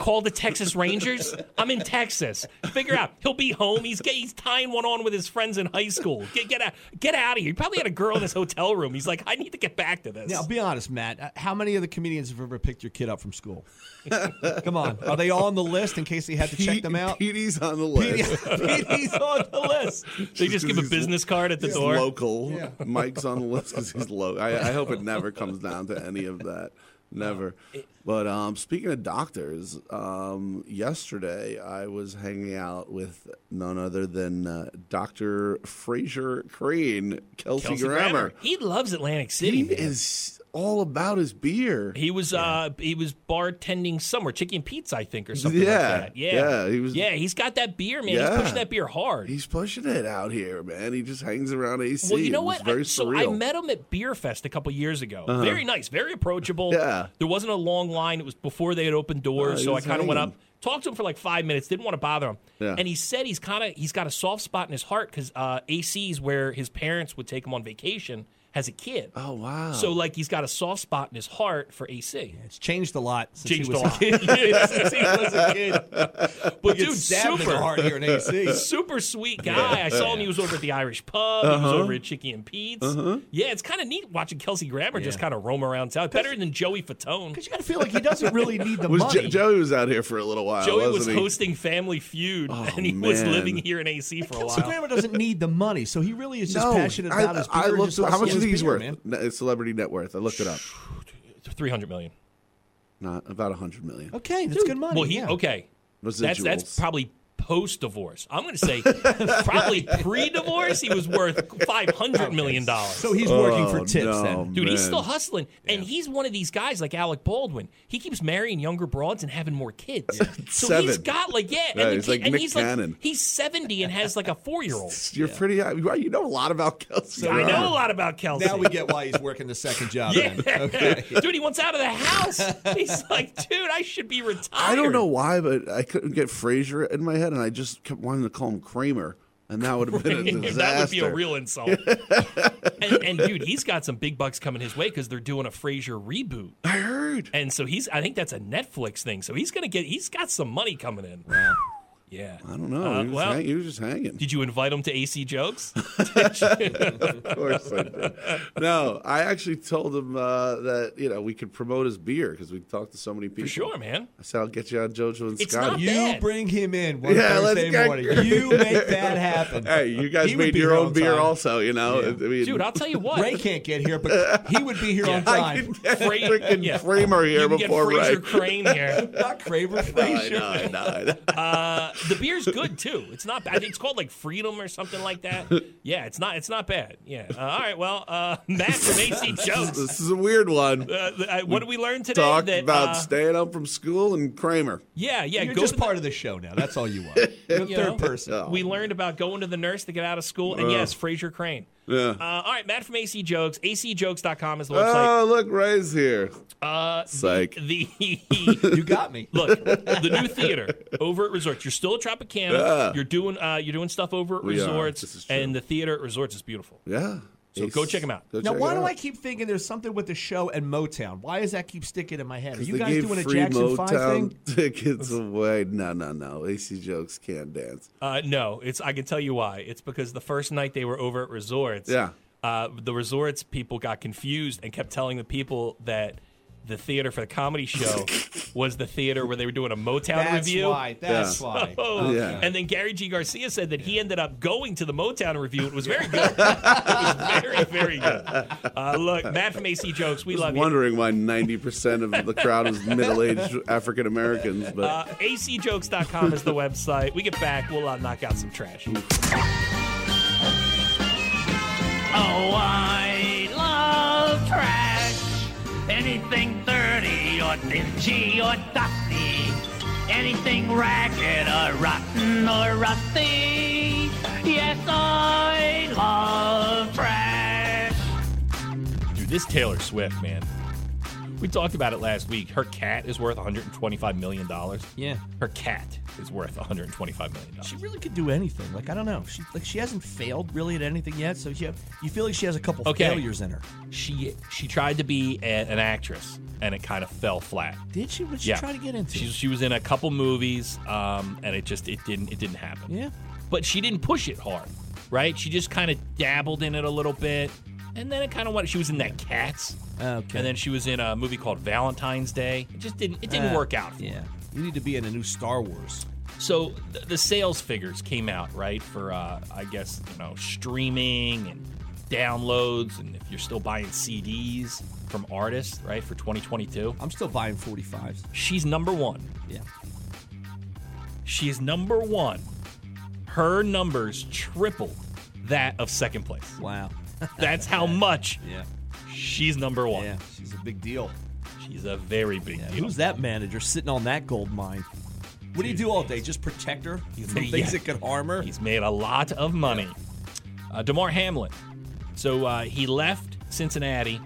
Call the Texas Rangers? I'm in Texas. Figure out. He'll be home. He's get, he's tying one on with his friends in high school. Get get out get out of here. He probably had a girl in his hotel room. He's like, I need to get back to this.
Now, be honest, Matt. uh, How many of the comedians have ever picked your kid up from school? Come on, are they all on the list in case they had to check them out?
Petey's on the list.
He's on the list.
They just give a business card at the
He's
door.
local. Mike's on the list because he's local. I, I hope it never comes down to any of that. Never. But um, speaking of doctors, um, yesterday I was hanging out with none other than uh, Dr. Fraser Crane, Kelsey,
Kelsey
Grammer.
Grammer. He loves Atlantic City.
He
man. He,
is all about his beer.
was uh he was bartending somewhere, chicken pizza, I think, or something
Yeah,
like that. Yeah.
yeah, he was-
Yeah, he's got that beer, man. He's
Yeah.
pushing that beer hard.
He's pushing it out here, man. He just hangs around AC.
well, you know
It was
what?
Very
I, so I
surreal. Uh-huh.
met him at Beer Fest a couple years ago. Very nice, very approachable.
Yeah.
There wasn't a long line. It was before they had opened doors,
he
so I
was
kind of went
hanging.
up, talked to him for like five minutes. Didn't want to bother him.
Yeah.
And he said he's kind of he's got a soft spot in his heart because uh, AC's where his parents would take him on vacation as a kid.
Oh wow!
So like he's got a soft spot in his heart for AC.
It's changed a lot since
Changed
he was
a lot.
a kid. Yeah, since he was a kid.
But
He
dude,
gets stabbed in the
super
heart here in AC.
super sweet guy. I saw him. He was over at the Irish pub. He was
Uh-huh.
over at Chicky and Pete's. Yeah, it's kind of neat watching Kelsey Grammer just kind of roam around town. Better than Joey Fatone.
Because you got to feel like he doesn't really need the
was
money.
Jo- Joey was out here for a little while.
Joey was
wasn't he?
hosting Family Feud, and he was
man.
living here in AC for a
Oh, Kelsey
while.
Grammer doesn't need the money, so he really is just passionate about his beer.
I
and
looked
just
up-
wants
how
to get
much is
his
these
beer,
worth?
man.
Ne- Celebrity net worth. I looked it up.
Three hundred million.
Not about a hundred million.
Okay, that's good money.
Well, he
yeah.
okay.
Residuals.
That's that's probably post divorce. I'm going to say probably pre divorce. He was worth five hundred million dollars.
So he's working for tips
Oh, no,
then.
Dude, he's
man.
still hustling, and he's one of these guys like Alec Baldwin. He keeps marrying younger broads and having more kids. so he's
Seven.
got like yeah, and,
Yeah,
the
he's
kid-
like
and
Nick
he's
Cannon.
like he's seventy and has like a four year old.
You're pretty. You you know a lot about Kelsey.
I
Grammer.
know a lot about Kelsey.
Now we get why he's working the second job.
yeah,
Then. Okay.
dude, he wants out of the house. He's like, dude, I should be retired.
I don't know why, but I couldn't get Frazier in my head, and I just kept wanting to call him Kramer, and that would have been a disaster.
That would be a real insult. and, and dude, he's got some big bucks coming his way because they're doing a Frasier reboot.
I heard.
And so he's, I think that's a Netflix thing. So he's gonna get, he's got some money coming in. Yeah.
I don't know.
Uh,
he, was
well-
hang- he was just hanging.
Did you invite him to AC jokes?
of course I did. No, I actually told him uh, that you know we could promote his beer because we talked to so many people.
For sure, man.
I said I'll get you on JoJo and
It's
Scotty.
not
You
Bad.
bring him in one
Yeah, let's
Thursday
get-
morning. You make that happen.
Hey, you guys
He would
made
be
your
here
own
on
beer
time.
also, you know? I mean,
Dude, I'll tell you what.
Ray can't get here, but he would be here on
I
time.
can get
Fra-
freaking
yeah.
Kramer
you
here
can
before
get Fraser
Ray.
Crane here.
Not Craver
I
Frazier.
know, I know, I know.
Uh, the beer's good too. It's not bad. It's called like Freedom or something like that. Yeah, it's not. It's not bad. Yeah. Uh, all right. Well, uh, Matt from AC jokes.
This is a weird one.
Uh, th- uh, what did we learn today?
Talked
That,
about
uh,
staying up from school and Kramer.
yeah, yeah.
You're
go
just
to the-
part of the show now. That's all you are. You're
You know?
third person.
we
Oh,
learned about going to the nurse to get out of school, and yes, Fraser Crane. Uh, all right, Matt from AC Jokes. ACJokes.com is the website.
Oh, look, Ray's here. Uh, Psych.
the
You got me.
Look, the new theater over at Resorts. You're still at Tropicana. You're doing uh, you're doing stuff over at
We are. This
Resorts,
is true.
and the theater at Resorts is beautiful.
yeah.
So go check 'em out.
Go
Now,
check
why
it
do
out.
I keep thinking there's something with the show and Motown? Why does that keep sticking in my head? Are
'Cause
you
they
guys
gave
doing a
free
Jackson
Motown
5 thing?
tickets away. No, no, no. AC jokes can't dance.
Uh, no, it's I can tell you why. It's because the first night they were over at Resorts,
Yeah.
uh, the Resorts people got confused and kept telling the people that the theater for the comedy show was the theater where they were doing a Motown
That's
review.
why. That's
Yeah.
why.
Oh,
Yeah.
and then Gary G. Garcia said that he ended up going to the Motown review. It was very good. it was very, very good. Uh, look, Matt from AC Jokes, we love you.
Wondering why 90% of the crowd was middle aged African Americans, but.
Uh, acjokes.com is the website. We get back, we'll uh, knock out some trash.
Oh, I love trash. Anything dirty or dingy or dusty. anything ragged or rotten or rusty. Yes, I love trash.
Dude, this Taylor Swift, man. We talked about it last week. Her cat is worth 125 million dollars.
Yeah.
Her cat is worth 125 million dollars.
She really could do anything. Like I don't know. She like she hasn't failed really at anything yet. So she, you feel like she has a couple
Okay.
failures in her.
She she tried to be a, an actress and it kind of fell flat.
Did she? What did she try to get into?
She, she was in a couple movies, um, and it just it didn't it didn't happen.
Yeah.
but she didn't push it hard, right? She just kind of dabbled in it a little bit, and then it kind of went. She was in that Cats,
Okay.
and then she was in a movie called Valentine's Day. It just didn't it didn't
Ah,
work out. For her.
Yeah. You need to be in a new Star Wars.
So th- the sales figures came out right for uh, I guess you know streaming and downloads, and if you're still buying CDs from artists, right, for 2022,
I'm still buying 45s.
she's number one.
Yeah.
She is number one. Her numbers tripled that of second place.
Wow.
That's how much
Yeah.
she's number one.
Yeah. She's a big deal.
She's a very big
Yeah,
deal.
Who's that manager sitting on that gold mine? What do you do all day? Just protect her from
Yeah.
things that could harm her?
He's made a lot of money. Uh, DeMar Hamlin. So uh, he left Cincinnati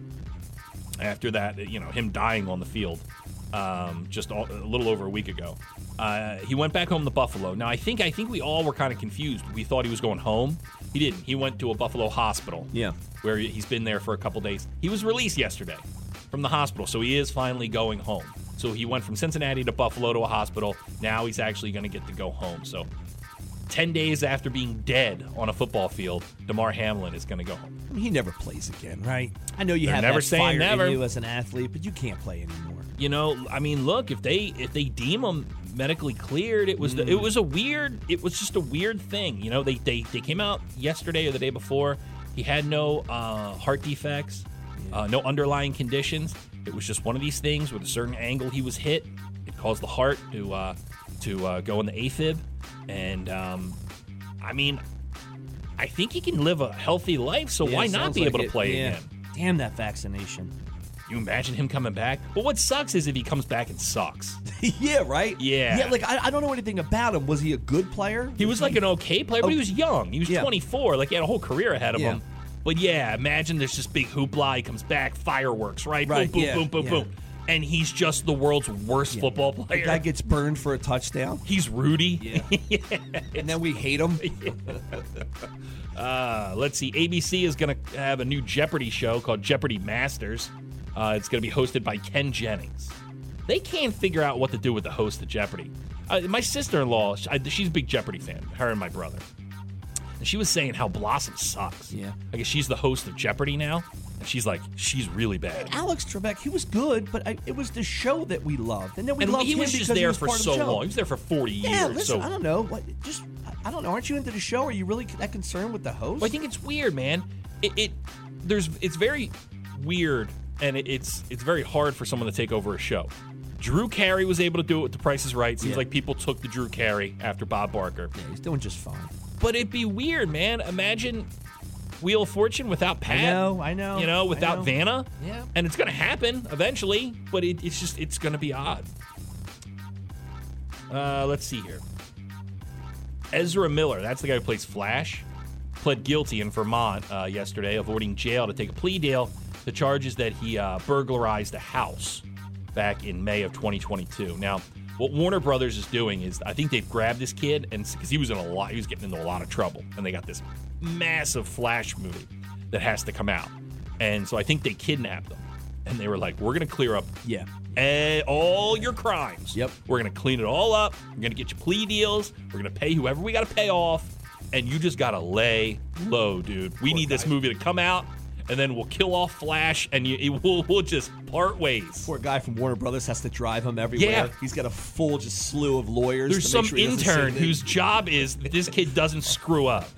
after that, you know, him dying on the field um, just all, a little over a week ago. Uh, he went back home to Buffalo. Now I think I think we all were kind of confused. We thought he was going home. He didn't. He went to a Buffalo hospital.
Yeah.
where he's been there for a couple days. He was released yesterday from the hospital, so he is finally going home. So he went from Cincinnati to Buffalo to a hospital. Now he's actually going to get to go home. So 10 days after being dead on a football field, DeMar Hamlin is going to go home.
I mean, he never plays again, right? I know you
They're
have
never
that
saying
fire
never.
in you as an athlete, but you can't play anymore.
You know, I mean, look, if they if they deem him medically cleared, it was the,
Mm.
it was a weird it was just a weird thing. You know, they they, they came out yesterday or the day before. He had no uh, heart defects, uh, no underlying conditions. It was just one of these things with a certain angle he was hit. It caused the heart to uh, to uh, go in the AFib, and um, I mean, I think he can live a healthy life. So
Yeah,
why
it
not
sounds
be
like
able to
it.
play
Yeah.
again?
Damn that vaccination.
You imagine him coming back? But what sucks is if he comes back and sucks.
yeah, right?
Yeah.
Yeah, like, I, I don't know anything about him. Was he a good player?
He was like an okay player, but he was young. He was
Mm-hmm. Oh. Yeah.
24. Like he had a whole career ahead of
Yeah.
him. But yeah, imagine there's this big hoopla. He comes back, fireworks, right? Boom,
Right,
boom,
yeah,
boom, boom,
yeah.
boom. And he's just the world's worst football player.
guy gets burned for a touchdown,
he's Rudy.
and then we hate him.
Uh, let's see. ABC is going to have a new Jeopardy show called Jeopardy Masters. Uh, it's going to be hosted by Ken Jennings. They can't figure out what to do with the host of Jeopardy. Uh, my sister in law, she's a big Jeopardy fan, her and my brother. And she was saying how Blossom sucks.
Yeah.
I guess she's the host of Jeopardy now. And she's like, she's really bad.
Alex Trebek, he was good, but I, it was the show that we loved, and then we
And
loved
he
him
was just
because he
there
was
for
part of the
so
show.
long. He was there for 40
Yeah,
years. so
listen, I don't know. What, just, I- I don't know. Aren't you into the show? Are you really that concerned with the host?
Well, I think it's weird, man. It, it there's it's very weird, and it, it's it's very hard for someone to take over a show. Drew Carey was able to do it with The Price Is Right. Seems
Yeah.
like people took the Drew Carey after Bob Barker,
yeah, he's doing just fine.
but it'd be weird, man. Imagine Wheel of Fortune without Pat.
know, I know,
You know,
I
without
know.
Vanna.
Yeah.
And it's gonna happen eventually, but it, it's just it's gonna be odd. Uh, let's see here. Ezra Miller, that's the guy who plays Flash, pled guilty in Vermont uh, yesterday, avoiding jail to take a plea deal. The charge is that he uh, burglarized a house back in May of 2022. Now, what Warner Brothers is doing is, I think they've grabbed this kid, and because he was in a lot, he was getting into a lot of trouble, and they got this massive Flash movie that has to come out, and so I think they kidnapped him, and they were like, "We're going to clear up
Yeah.
eh, all your crimes.
Yep.
We're going to clean it all up. We're going to get you plea deals. We're going to pay whoever we got to pay off. And you just got to lay low, dude. We need this movie to come out, and then we'll kill off Flash, and you, it- we'll, we'll just part ways.
Poor guy from Warner Brothers has to drive him everywhere.
Yeah.
He's got a full just slew of lawyers.
There's
to
some
make sure he doesn't say
intern
anything.
whose job is that this kid doesn't screw up.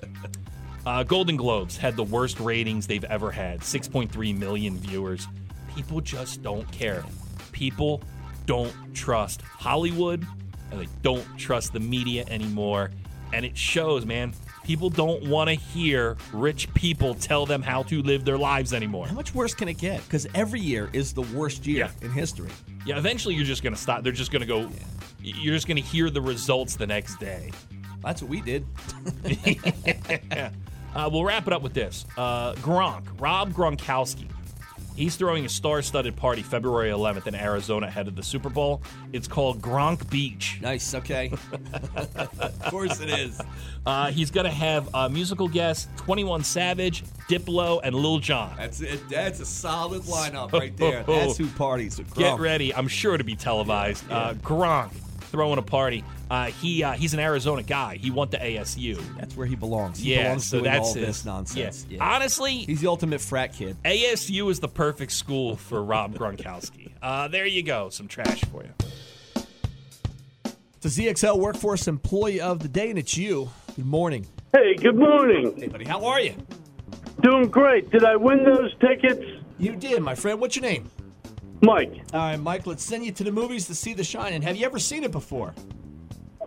Uh, Golden Globes had the worst ratings they've ever had 6.3 million viewers. People just don't care. People don't trust Hollywood and they don't trust the media anymore. And it shows, man. People don't want to hear rich people tell them how to live their lives anymore.
How much worse can it get? Because every year is the worst year
Yeah.
in history.
Yeah, eventually you're just going to stop. They're just going to go, you're just going to hear the results the next day.
That's what we did.
Uh, we'll wrap it up with this. Uh, Gronk, Rob Gronkowski. He's throwing a star studded party February 11th in Arizona ahead of the Super Bowl. It's called Gronk Beach.
Nice. Okay. of course it is.
Uh, he's going to have uh, musical guests 21 Savage, Diplo, and Lil Jon.
That's it. That's a solid lineup right there. That's who parties with
Oh. Get
Gronk.
ready. I'm sure to be televised. Uh, Gronk throwing a party. Uh, he uh, He's an Arizona guy. He went to ASU.
That's where he belongs. He
yeah,
belongs
so
to
that's
all
his-
this nonsense.
yeah.
Yeah.
Honestly,
He's the ultimate frat kid.
ASU is the perfect school for Rob Gronkowski. Uh, there you go, some trash for you.
It's the ZXL Workforce Employee of the Day, and it's you. Good morning.
Hey, good morning.
Hey, buddy, how are you?
Doing great. Did I win those tickets?
You did, my friend. What's your name?
Mike,
All right, Mike, let's send you to the movies to see The Shining. Have you ever seen it before?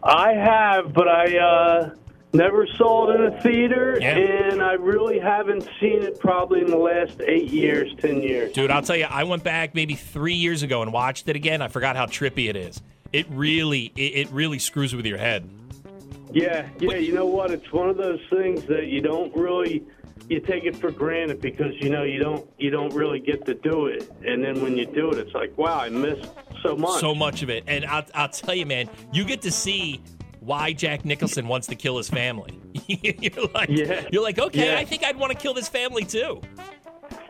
I have, but I uh, never saw it in a theater,
Yeah.
and I really haven't seen it probably in the last eight years, ten years.
Dude, I'll tell you, I went back maybe three years ago and watched it again. I forgot how trippy it is. It really, it, it really screws with your head.
Yeah, yeah, you know what? It's one of those things that you don't really you take it for granted because you know you don't you don't really get to do it, and then when you do it, it's like wow, I missed so much.
So much of it. And I'll, I'll tell you, man, you get to see why Jack Nicholson wants to kill his family. you're like,
Yeah.
you're like, okay,
Yeah.
I think I'd want to kill this family too.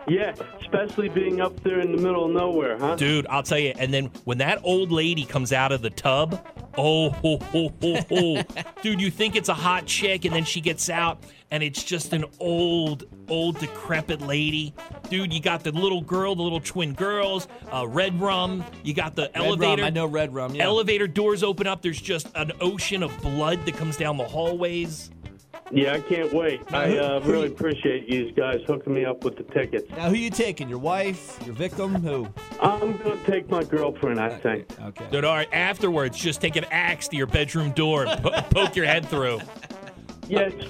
yeah, especially being up there in the middle of nowhere, huh?
Dude, I'll tell you. And then when that old lady comes out of the tub, oh, ho, ho, ho, ho. dude, you think it's a hot chick, and then she gets out, and it's just an old, old, decrepit lady. Dude, you got the little girl, the little twin girls, uh, Red Rum. You got the
Red
elevator.
Rum. I know Red Rum. Yeah.
Elevator doors open up. There's just an ocean of blood that comes down the hallways.
Yeah, I can't wait. I uh, really appreciate you guys hooking me up with the tickets.
now, who you taking? Your wife? Your victim? Who?
I'm gonna take my girlfriend. I think.
Okay.
Dude, all right, afterwards, just take an axe to your bedroom door and po- poke your head through.
Yeah, it's,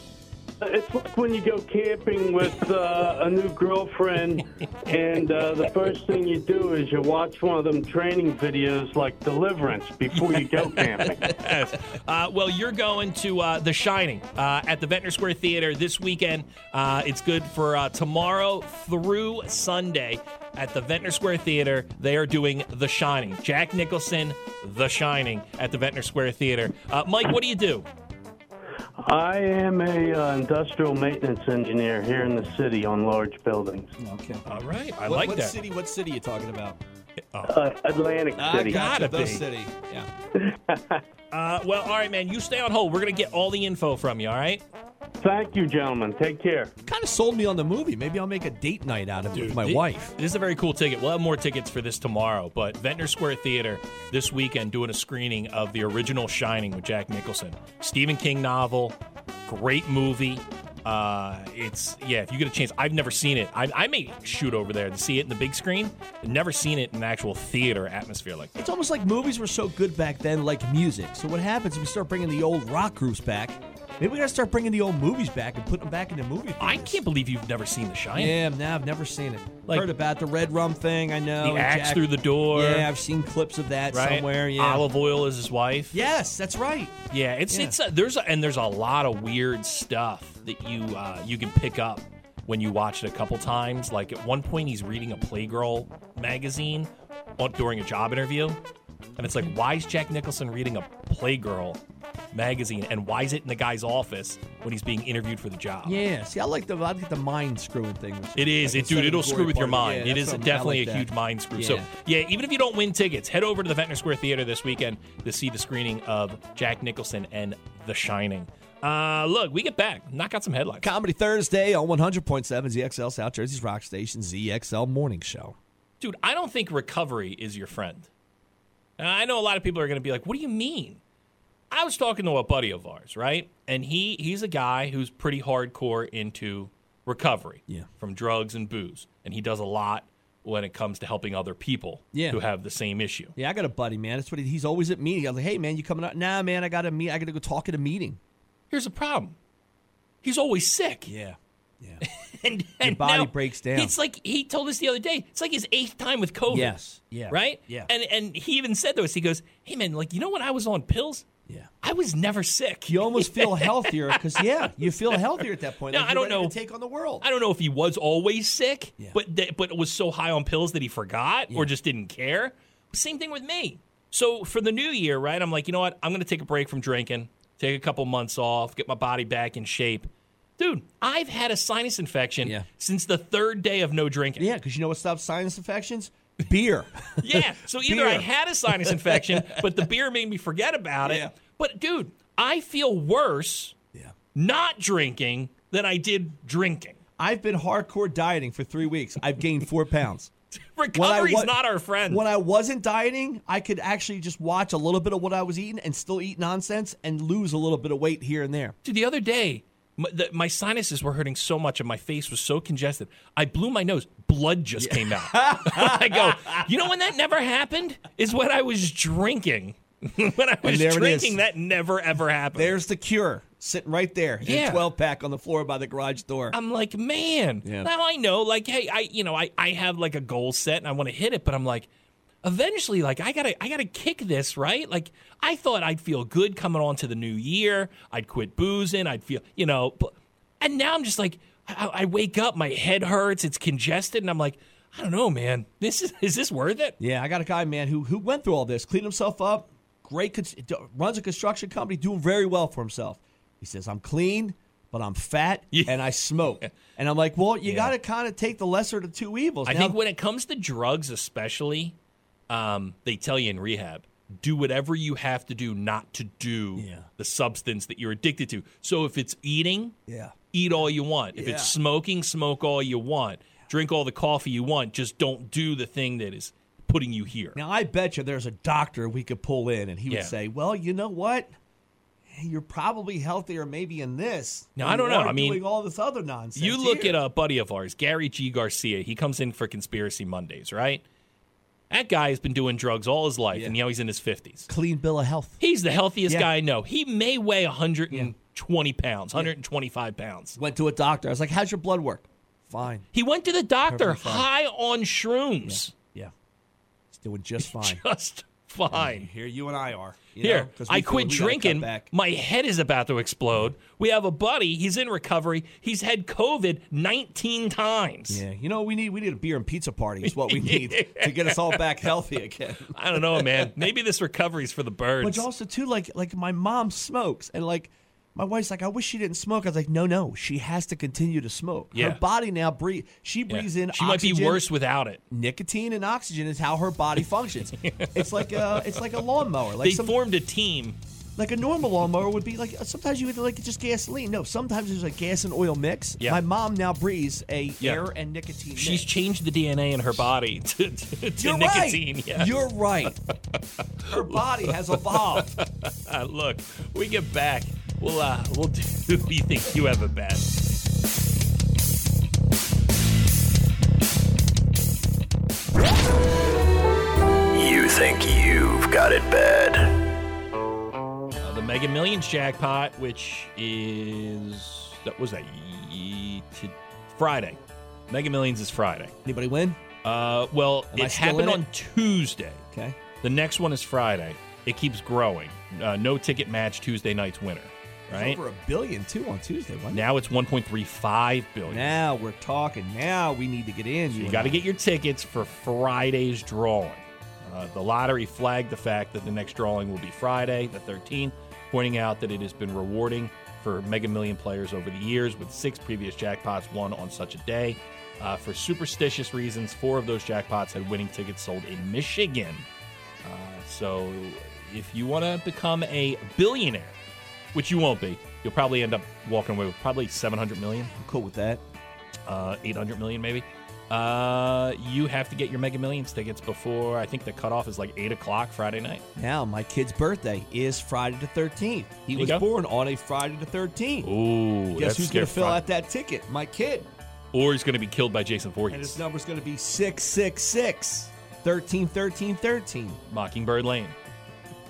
it's like when you go camping with uh, a new girlfriend, and uh, the first thing you do is you watch one of them training videos like Deliverance before you go camping.
Yes. Uh, well, you're going to uh, The Shining uh, at the Ventnor Square Theater this weekend. Uh, it's good for uh, tomorrow through Sunday at the Ventnor Square Theater. They are doing The Shining. Jack Nicholson, The Shining at the Ventnor Square Theater. Uh, Mike, what do you do?
I am a uh, industrial maintenance engineer here in the city on large buildings,
Okay.
All right, I
what,
like
what
that.
city? What city you talking about?
uh, Atlantic City.
Gotta
The
be.
city. Yeah.
Uh, well, all right, man. You stay on hold. We're gonna get all the info from you. All right.
Thank you, gentlemen. Take care.
Oh.
Kind of sold me on the movie. Maybe I'll make a date night out of it with my
Thi-
wife.
This is a very cool ticket. We'll have more tickets for this tomorrow, but Ventnor Square Theater this weekend doing a screening of the original Shining with Jack Nicholson. Stephen King novel, great movie. Uh, it's yeah. If you get a chance, I've never seen it. I, I may shoot over there to see it in the big screen. Never seen it in an actual theater atmosphere like that.
It's almost like movies were so good back then, like music. So what happens if we start bringing the old rock groups back? Maybe we gotta start bringing the old movies back and putting them back in the movie.
I
theaters.
can't believe you've never seen The Shining.
Yeah, nah, I've never seen it.
Like-
Heard about the red rum thing. I know
The
and
axe through the door.
Yeah, I've seen clips of that
Right?
somewhere. Yeah.
Olive oil is his wife.
Yes, that's right.
Yeah, it's
Yeah.
it's a, there's a, and there's a lot of weird stuff that you uh, you can pick up when you watch it a couple times. Like at one point, he's reading a Playgirl magazine on, during a job interview, and it's like, why is Jack Nicholson reading a Playgirl magazine, and why is it in the guy's office when he's being interviewed for the job?
Yeah. See, I like the I like the mind screwing thing.
It is,
Like
it, dude.
instead of
It'll
the
screw
gory
with your
part,
mind.
yeah,
it
that's
is
something I
definitely
like
a
that.
huge mind screw. So
Yeah.
yeah, even if you don't win tickets, head over to the Ventnor Square Theater this weekend to see the screening of Jack Nicholson and The Shining. Uh, look, we get back, knock out some headlines.
Comedy Thursday on 100.7 ZXL South Jersey's Rock Station ZXL Morning Show.
Dude, I don't think recovery is your friend. And I know a lot of people are going to be like, "What do you mean?" I was talking to a buddy of ours, right? And he he's a guy who's pretty hardcore into recovery
Yeah.
from drugs and booze, and he does a lot when it comes to helping other people
Yeah.
who have the same issue.
Yeah, I got a buddy, man. That's what he, he's always at meeting. I was like, hey, man, you coming out? Nah, man, I got to meet. I got to go talk at a meeting.
Here's the problem. He's always sick.
Yeah.
and,
Your
and
body
now
breaks down.
It's like he told us the other day. It's like his eighth time with COVID.
Yes. Yeah.
Right.
Yeah.
And and he even said to us, he goes, "Hey man, like you know when I was on pills, yeah, I was never sick.
You almost feel healthier because yeah, you feel healthier at that point.
No,
Like,
I
you're
don't
ready
know.
To take on the world.
I don't know if he was always sick, but th- but was so high on pills that he forgot or just didn't care. Same thing with me. So for the new year, right? I'm like, you know what? I'm going to take a break from drinking, take a couple months off, get my body back in shape. Dude, I've had a sinus infection since the third day of no drinking.
Yeah, because you know what stops sinus infections? Beer.
Yeah. So either I
Beer.
had a sinus infection, but the beer made me forget about it. But dude, I feel worse not drinking than I did drinking.
I've been hardcore dieting for three weeks. I've gained four pounds. When I
Recovery's
wa-
not our friend.
When I wasn't dieting, I could actually just watch a little bit of what I was eating and still eat nonsense and lose a little bit of weight here and there.
Dude, the other day, my, the, my sinuses were hurting so much and my face was so congested. I blew my nose. Blood just came out. I go, you know when that never happened? Is when I was drinking. when I was
there it is.
drinking, that never, ever happened.
There's the cure sitting right there in
Yeah.
a 12 pack on the floor by the garage door.
I'm like, man,
Yeah.
now I know, like, hey, I, you know, I, I have like a goal set and I want to hit it, but I'm like, eventually, like, I gotta, I gotta kick this, right? Like, I thought I'd feel good coming on to the new year. I'd quit boozing. I'd feel, you know, but, and now I'm just like, I, I wake up, my head hurts, it's congested, and I'm like, I don't know, man. This is, is this worth it?
Yeah, I got a guy, man, who who went through all this, cleaned himself up, great, cons- d- runs a construction company, doing very well for himself. He says, "I'm clean, but I'm fat and I smoke." And I'm like, "Well, you got to kind of take the lesser of the two evils."
I
Now-
think when it comes to drugs, especially, um, they tell you in rehab do whatever you have to do not to do the substance that you're addicted to. So if it's eating,
yeah,
eat all you want. If
Yeah.
it's smoking, smoke all you want. Drink all the coffee you want. Just don't do the thing that is putting you here.
Now I bet you there's a doctor we could pull in, and he
Yeah.
would say, "Well, you know what? You're probably healthier maybe in this.
Now,
than
I don't
you
know.
are
I mean,
doing all this other nonsense.
You look
here."
at a buddy of ours, Gary G. Garcia. He comes in for Conspiracy Mondays, right? That guy has been doing drugs all his life, and now he's in his 50s.
clean bill of health.
He's the healthiest
Yeah.
guy I know. He may weigh 120 pounds, 125 pounds.
Went to a doctor. I was like, "How's your blood work? Fine.
He went to the doctor
Perfectly fine.
high on shrooms.
Yeah, it's doing just fine.
Just fine.
Here you and I are. you know,
Here,
'cause we
I
feel
quit
we gotta cut
drinking.
back.
My head is about to explode. We have a buddy. He's in recovery. He's had COVID 19 times.
Yeah, you know we need we need a beer and pizza party. Is what we need to get us all back healthy again.
I don't know, man. Maybe this recovery's for the birds.
But you also too like like my mom smokes and like my wife's like I wish she didn't smoke. I was like no no she has to continue to smoke.
Yeah.
Her body now breathe. She
Yeah.
breathes in.
She might be
oxygen.
worse without it.
Nicotine and oxygen is how her body functions. it's like a it's like a lawnmower. Like
they
some,
formed a team.
like a normal lawnmower would be like uh, sometimes you would like just gasoline. No, sometimes there's a gas and oil mix.
Yeah.
My mom now breathes a
Yeah.
air and nicotine.
She's
mix.
changed the DNA in her body to, to, to
You're
nicotine.
Right.
Yeah.
You're right. Her body has evolved.
Uh, look, we get back. We'll uh, we'll do. Who you think you have a bet?
You think you've got it bad.
Uh, the Mega Millions jackpot, which is that was that ye- to Friday. Mega Millions is Friday.
Anybody win?
Uh, well,
Am I
it
still
happened
in it?
on Tuesday.
Okay.
The next one is Friday. It keeps growing. Uh, no ticket match Tuesday night's winner. Right
Over a billion too on Tuesday. Wasn't it?
now, it's 1.35 billion.
Now we're talking. Now we need to get in.
You
and
got to
I.
get your tickets for Friday's drawing. Uh, the lottery flagged the fact that the next drawing will be Friday, the 13th, pointing out that it has been rewarding for Mega Million players over the years, with six previous jackpots won on such a day. Uh, for superstitious reasons, four of those jackpots had winning tickets sold in Michigan. Uh, so if you want to become a billionaire, which you won't be, you'll probably end up walking away with probably 700 million
I'm cool with that.
uh, 800 million maybe. Uh, you have to get your Mega Millions tickets before I think the cutoff is like eight o'clock Friday night.
Now my kid's birthday is Friday the 13th. He
you
was
go.
born on a Friday the 13th.
Ooh,
Guess who's going to fill
out?
out that ticket? My kid.
Or he's going to be killed by Jason
And his
Voorhees,
number's going to be 666 13 13 13.
Mockingbird Lane.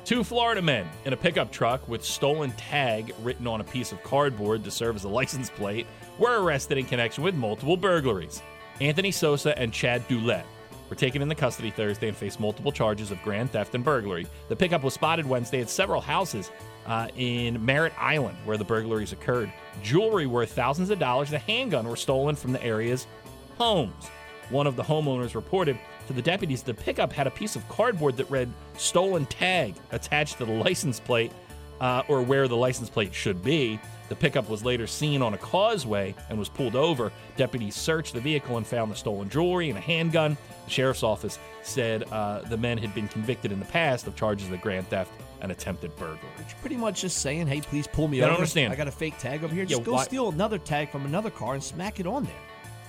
Two Florida men in a pickup truck with stolen tag written on a piece of cardboard to serve as a license plate were arrested in connection with multiple burglaries. Anthony Sosa and Chad Doulet were taken into custody Thursday and faced multiple charges of grand theft and burglary. The pickup was spotted Wednesday at several houses uh, in Merritt Island where the burglaries occurred. Jewelry worth thousands of dollars and a handgun were stolen from the area's homes. One of the homeowners reported to the deputies the pickup had a piece of cardboard that read stolen tag attached to the license plate uh, or where the license plate should be. The pickup was later seen on a causeway and was pulled over. Deputies searched the vehicle and found the stolen jewelry and a handgun. The sheriff's office said uh, the men had been convicted in the past of charges of grand theft and attempted burglary.
Pretty much just saying, hey, please pull me
I don't
over.
understand.
I got a fake tag over here. Just
Yeah,
go
why-
steal another tag from another car and smack it on there.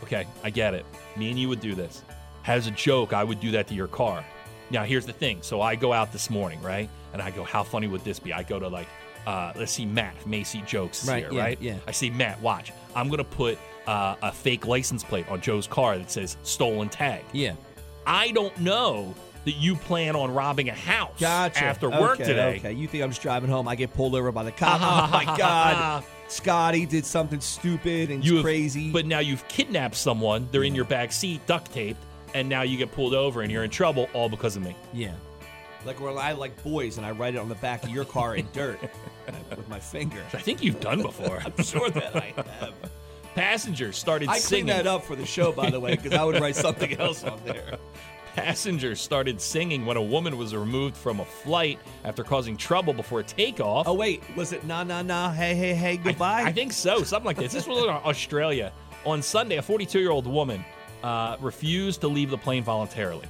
Okay, I get it. Me and you would do this. As a joke, I would do that to your car. Now, here's the thing. So I go out this morning, right? And I go, how funny would this be? I go to like, uh, let's see, Matt, Macy Jokes is
Right,
here,
yeah,
right?
yeah.
I see, Matt, watch. I'm going to put uh, a fake license plate on Joe's car that says stolen tag.
Yeah.
I don't know that you plan on robbing a house
Gotcha.
after work
Okay,
today.
Okay, you think I'm just driving home? I get pulled over by the cop. oh my god, Scotty did something stupid and it's
You have-
crazy.
But now you've kidnapped someone, they're in your back seat, duct taped, and now you get pulled over and you're in trouble all because of me.
yeah, like where I like boys and I write it on the back of your car in dirt uh, with my finger.
I think you've done before.
I'm sure that I have.
Passengers started
I
singing.
cleaned that up for the show, by the way, because I would write something else on there.
Passengers started singing when a woman was removed from a flight after causing trouble before takeoff.
Oh wait, was it na na na hey hey hey goodbye?
I think so, something like this. This was in Australia. On Sunday, a 42 year old woman uh, refused to leave the plane voluntarily.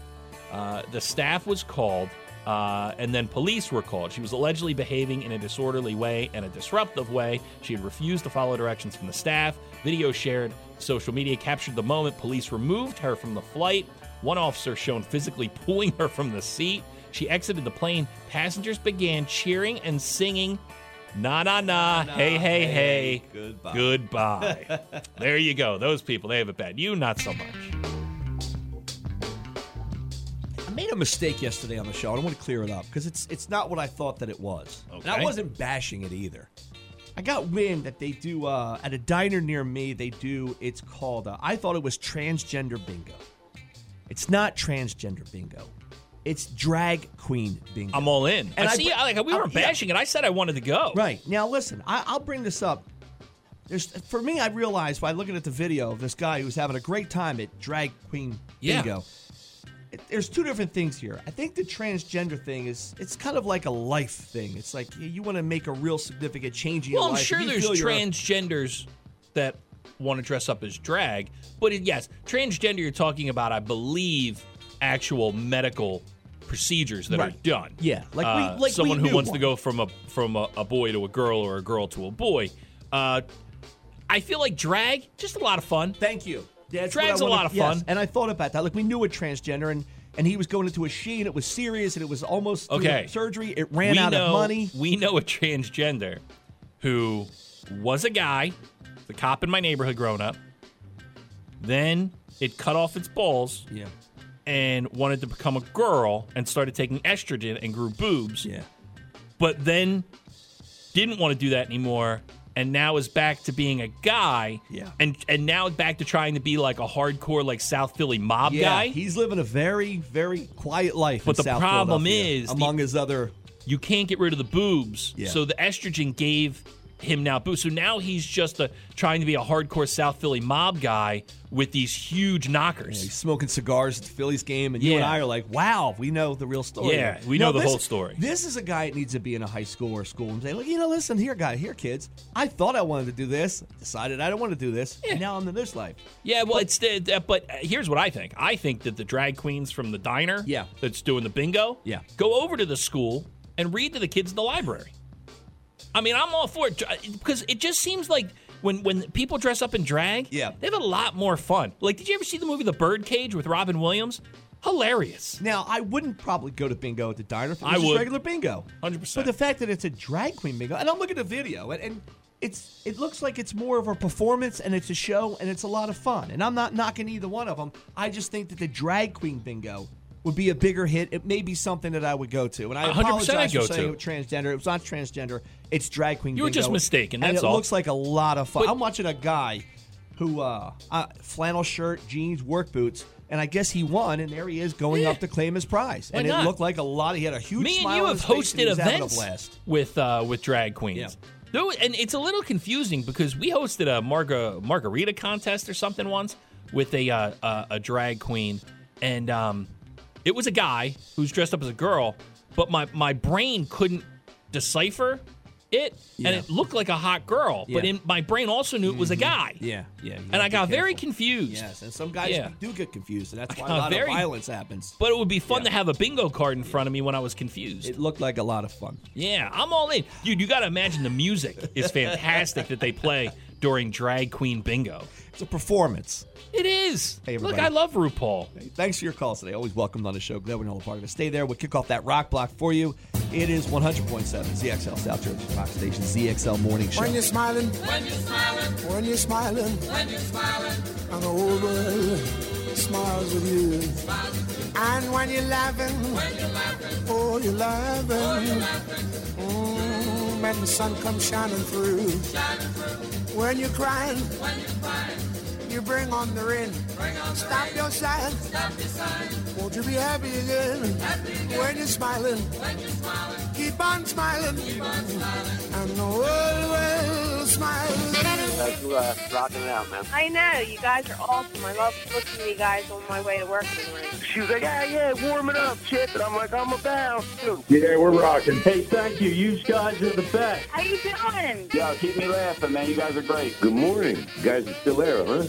Uh, the staff was called, uh, and then police were called. She was allegedly behaving in a disorderly way and a disruptive way. She had refused to follow directions from the staff. Video shared, social media captured the moment. Police removed her from the flight. One officer shown physically pulling her from the seat. She exited the plane. Passengers began cheering and singing Na na na, hey hey hey,
goodbye.
goodbye. there you go. Those people, they have it bad. You not so much.
I made a mistake yesterday on the show. and I want to clear it up because it's it's not what I thought that it was. And I
Okay.
wasn't bashing it either. I got wind that they do uh, at a diner near me. They do. It's called. Uh, I thought it was transgender bingo. It's not transgender bingo. It's drag queen bingo.
I'm all in.
And
I
I
see.
br-
I, like we
I-
weren't
yeah.
bashing it. I said I wanted to go.
Right. Now, listen, I, I'll bring this up. There's, for me, I realized by looking at the video of this guy who's having a great time at Drag Queen
Yeah.
Bingo. It- There's two different things here. I think the transgender thing is it's kind of like a life thing. It's like you, want to make a real significant change in
Well,
your
I'm
life. If
sure
you
there's
feel you're a-
transgenders that want to dress up as drag, but it, yes, transgender you're talking about, I believe, actual medical procedures that are
Right.
done.
Yeah, like we-
Uh,
like we
someone who
knew
wants to
one.
go from a from a, a boy to a girl or a girl to a boy. Uh, I feel like drag just a lot of fun.
Thank you. Yeah, that's what I
drag's a
wanted-
lot of
yes,
fun.
And I thought about that. Like we knew a transgender and and he was going into a she and it was serious and it was almost through
Okay.
surgery. It ran
we
out
know,
of money.
We know a transgender who was a guy, the cop in my neighborhood growing up. Then it cut off its balls
Yeah.
and wanted to become a girl and started taking estrogen and grew boobs,
Yeah.
but then didn't want to do that anymore and now is back to being a guy.
Yeah.
And and now back to trying to be like a hardcore like South Philly mob
yeah,
guy.
He's living a very, very quiet life.
But
in
the
South
problem
Philadelphia,
is the-
among his other,
you can't get rid of the boobs.
Yeah.
So the estrogen gave him now boobs. So now he's just a, trying to be a hardcore South Philly mob guy with these huge
he's
knockers.
smoking cigars at the Phillies game, and you and
Yeah.
I are like, wow, we know the real story.
Yeah, we know the whole story.
This is a guy that needs to be in a high school or school and say, look, you know, listen here, guy, here, kids. I thought I wanted to do this, decided I don't want to do this, and now I'm in this life.
Yeah, well, it's the, the- but uh, here's what I think. I think that the drag queens from the diner,
Yeah.
that's doing the bingo,
Yeah.
go over to the school and read to the kids in the library. I mean, I'm all for it dr- because it just seems like when when people dress up in drag,
Yeah.
they have a lot more fun. Like, did you ever see the movie The Birdcage with Robin Williams? Hilarious.
Now, I wouldn't probably go to bingo at the diner if it was
I
just
would.
regular bingo.
100%.
But the fact that it's a drag queen bingo, and I'm looking at the video, and, and it's it looks like it's more of a performance and it's a show and it's a lot of fun. And I'm not knocking either one of them. I just think that the drag queen bingo would be a bigger hit. It may be something that I would go to. And I
100% I'd
apologize
go
for saying
to.
it was transgender. It was not transgender. It's drag queen
You were
bingo.
just mistaken,
And
that's
it
all.
looks like a lot of fun.
But-
I'm watching a guy who uh, uh, flannel shirt, jeans, work boots, and I guess he won. And there he is going up to claim his prize.
Why
and
not?
it looked like a lot. He had a huge.
Me and
smile
you
on
have
his face and
hosted
he was having a
events
blast.
with uh, with drag queens. Though- and it's a little confusing because we hosted a marga, margarita contest or something once with a uh, uh, a drag queen, and um, it was a guy who's dressed up as a girl, but my my brain couldn't decipher it, and it looked like a hot girl, but
Yeah. Mm-hmm.
in my brain also knew it was a guy.
Yeah, yeah. you
And
gotta
I
be
got very
careful.
confused.
Yes, and some guys
Yeah.
do get confused, and that's why a
got
lot
very-
of violence happens.
But it would be fun to have a bingo card in front of me when I was confused.
It looked like a lot of fun.
Yeah, I'm all in. Dude, you got to imagine the music is fantastic that they play during Drag Queen Bingo.
It's a performance.
It is.
Hey,
Look,
everybody.
I love RuPaul.
Hey, Thanks for your calls today. Always welcomed on the show. Glad we're all a part of it. Stay there. We'll kick off that rock block for you. It is 100.7 ZXL South Church Rock Station ZXL Morning Show.
When you're smiling, when you're smiling, when you're smiling, when you're smiling, and the whole world smiles with you. And when you're laughing, when you're laughing, oh, you're laughing. Mm, when the sun comes shining through. When you're crying, when you're crying, you bring on the rain. Stop your sighing. Stop your sighing. Won't you be happy again? Happy again. When you're smiling, when you're smiling, keep on smiling. Keep on smiling. And the world will smile.
That's uh, rocking it out, man.
I know, you guys are awesome. I love listening to you guys on my way to work in the morning.
She was like, yeah, yeah, warming up, shit. And I'm like, I'm about to.
Yeah, we're rocking. Hey, thank you. You guys are the best.
How you doing?
Yo, keep me laughing, man. You guys are great.
Good morning. You guys are still there, huh?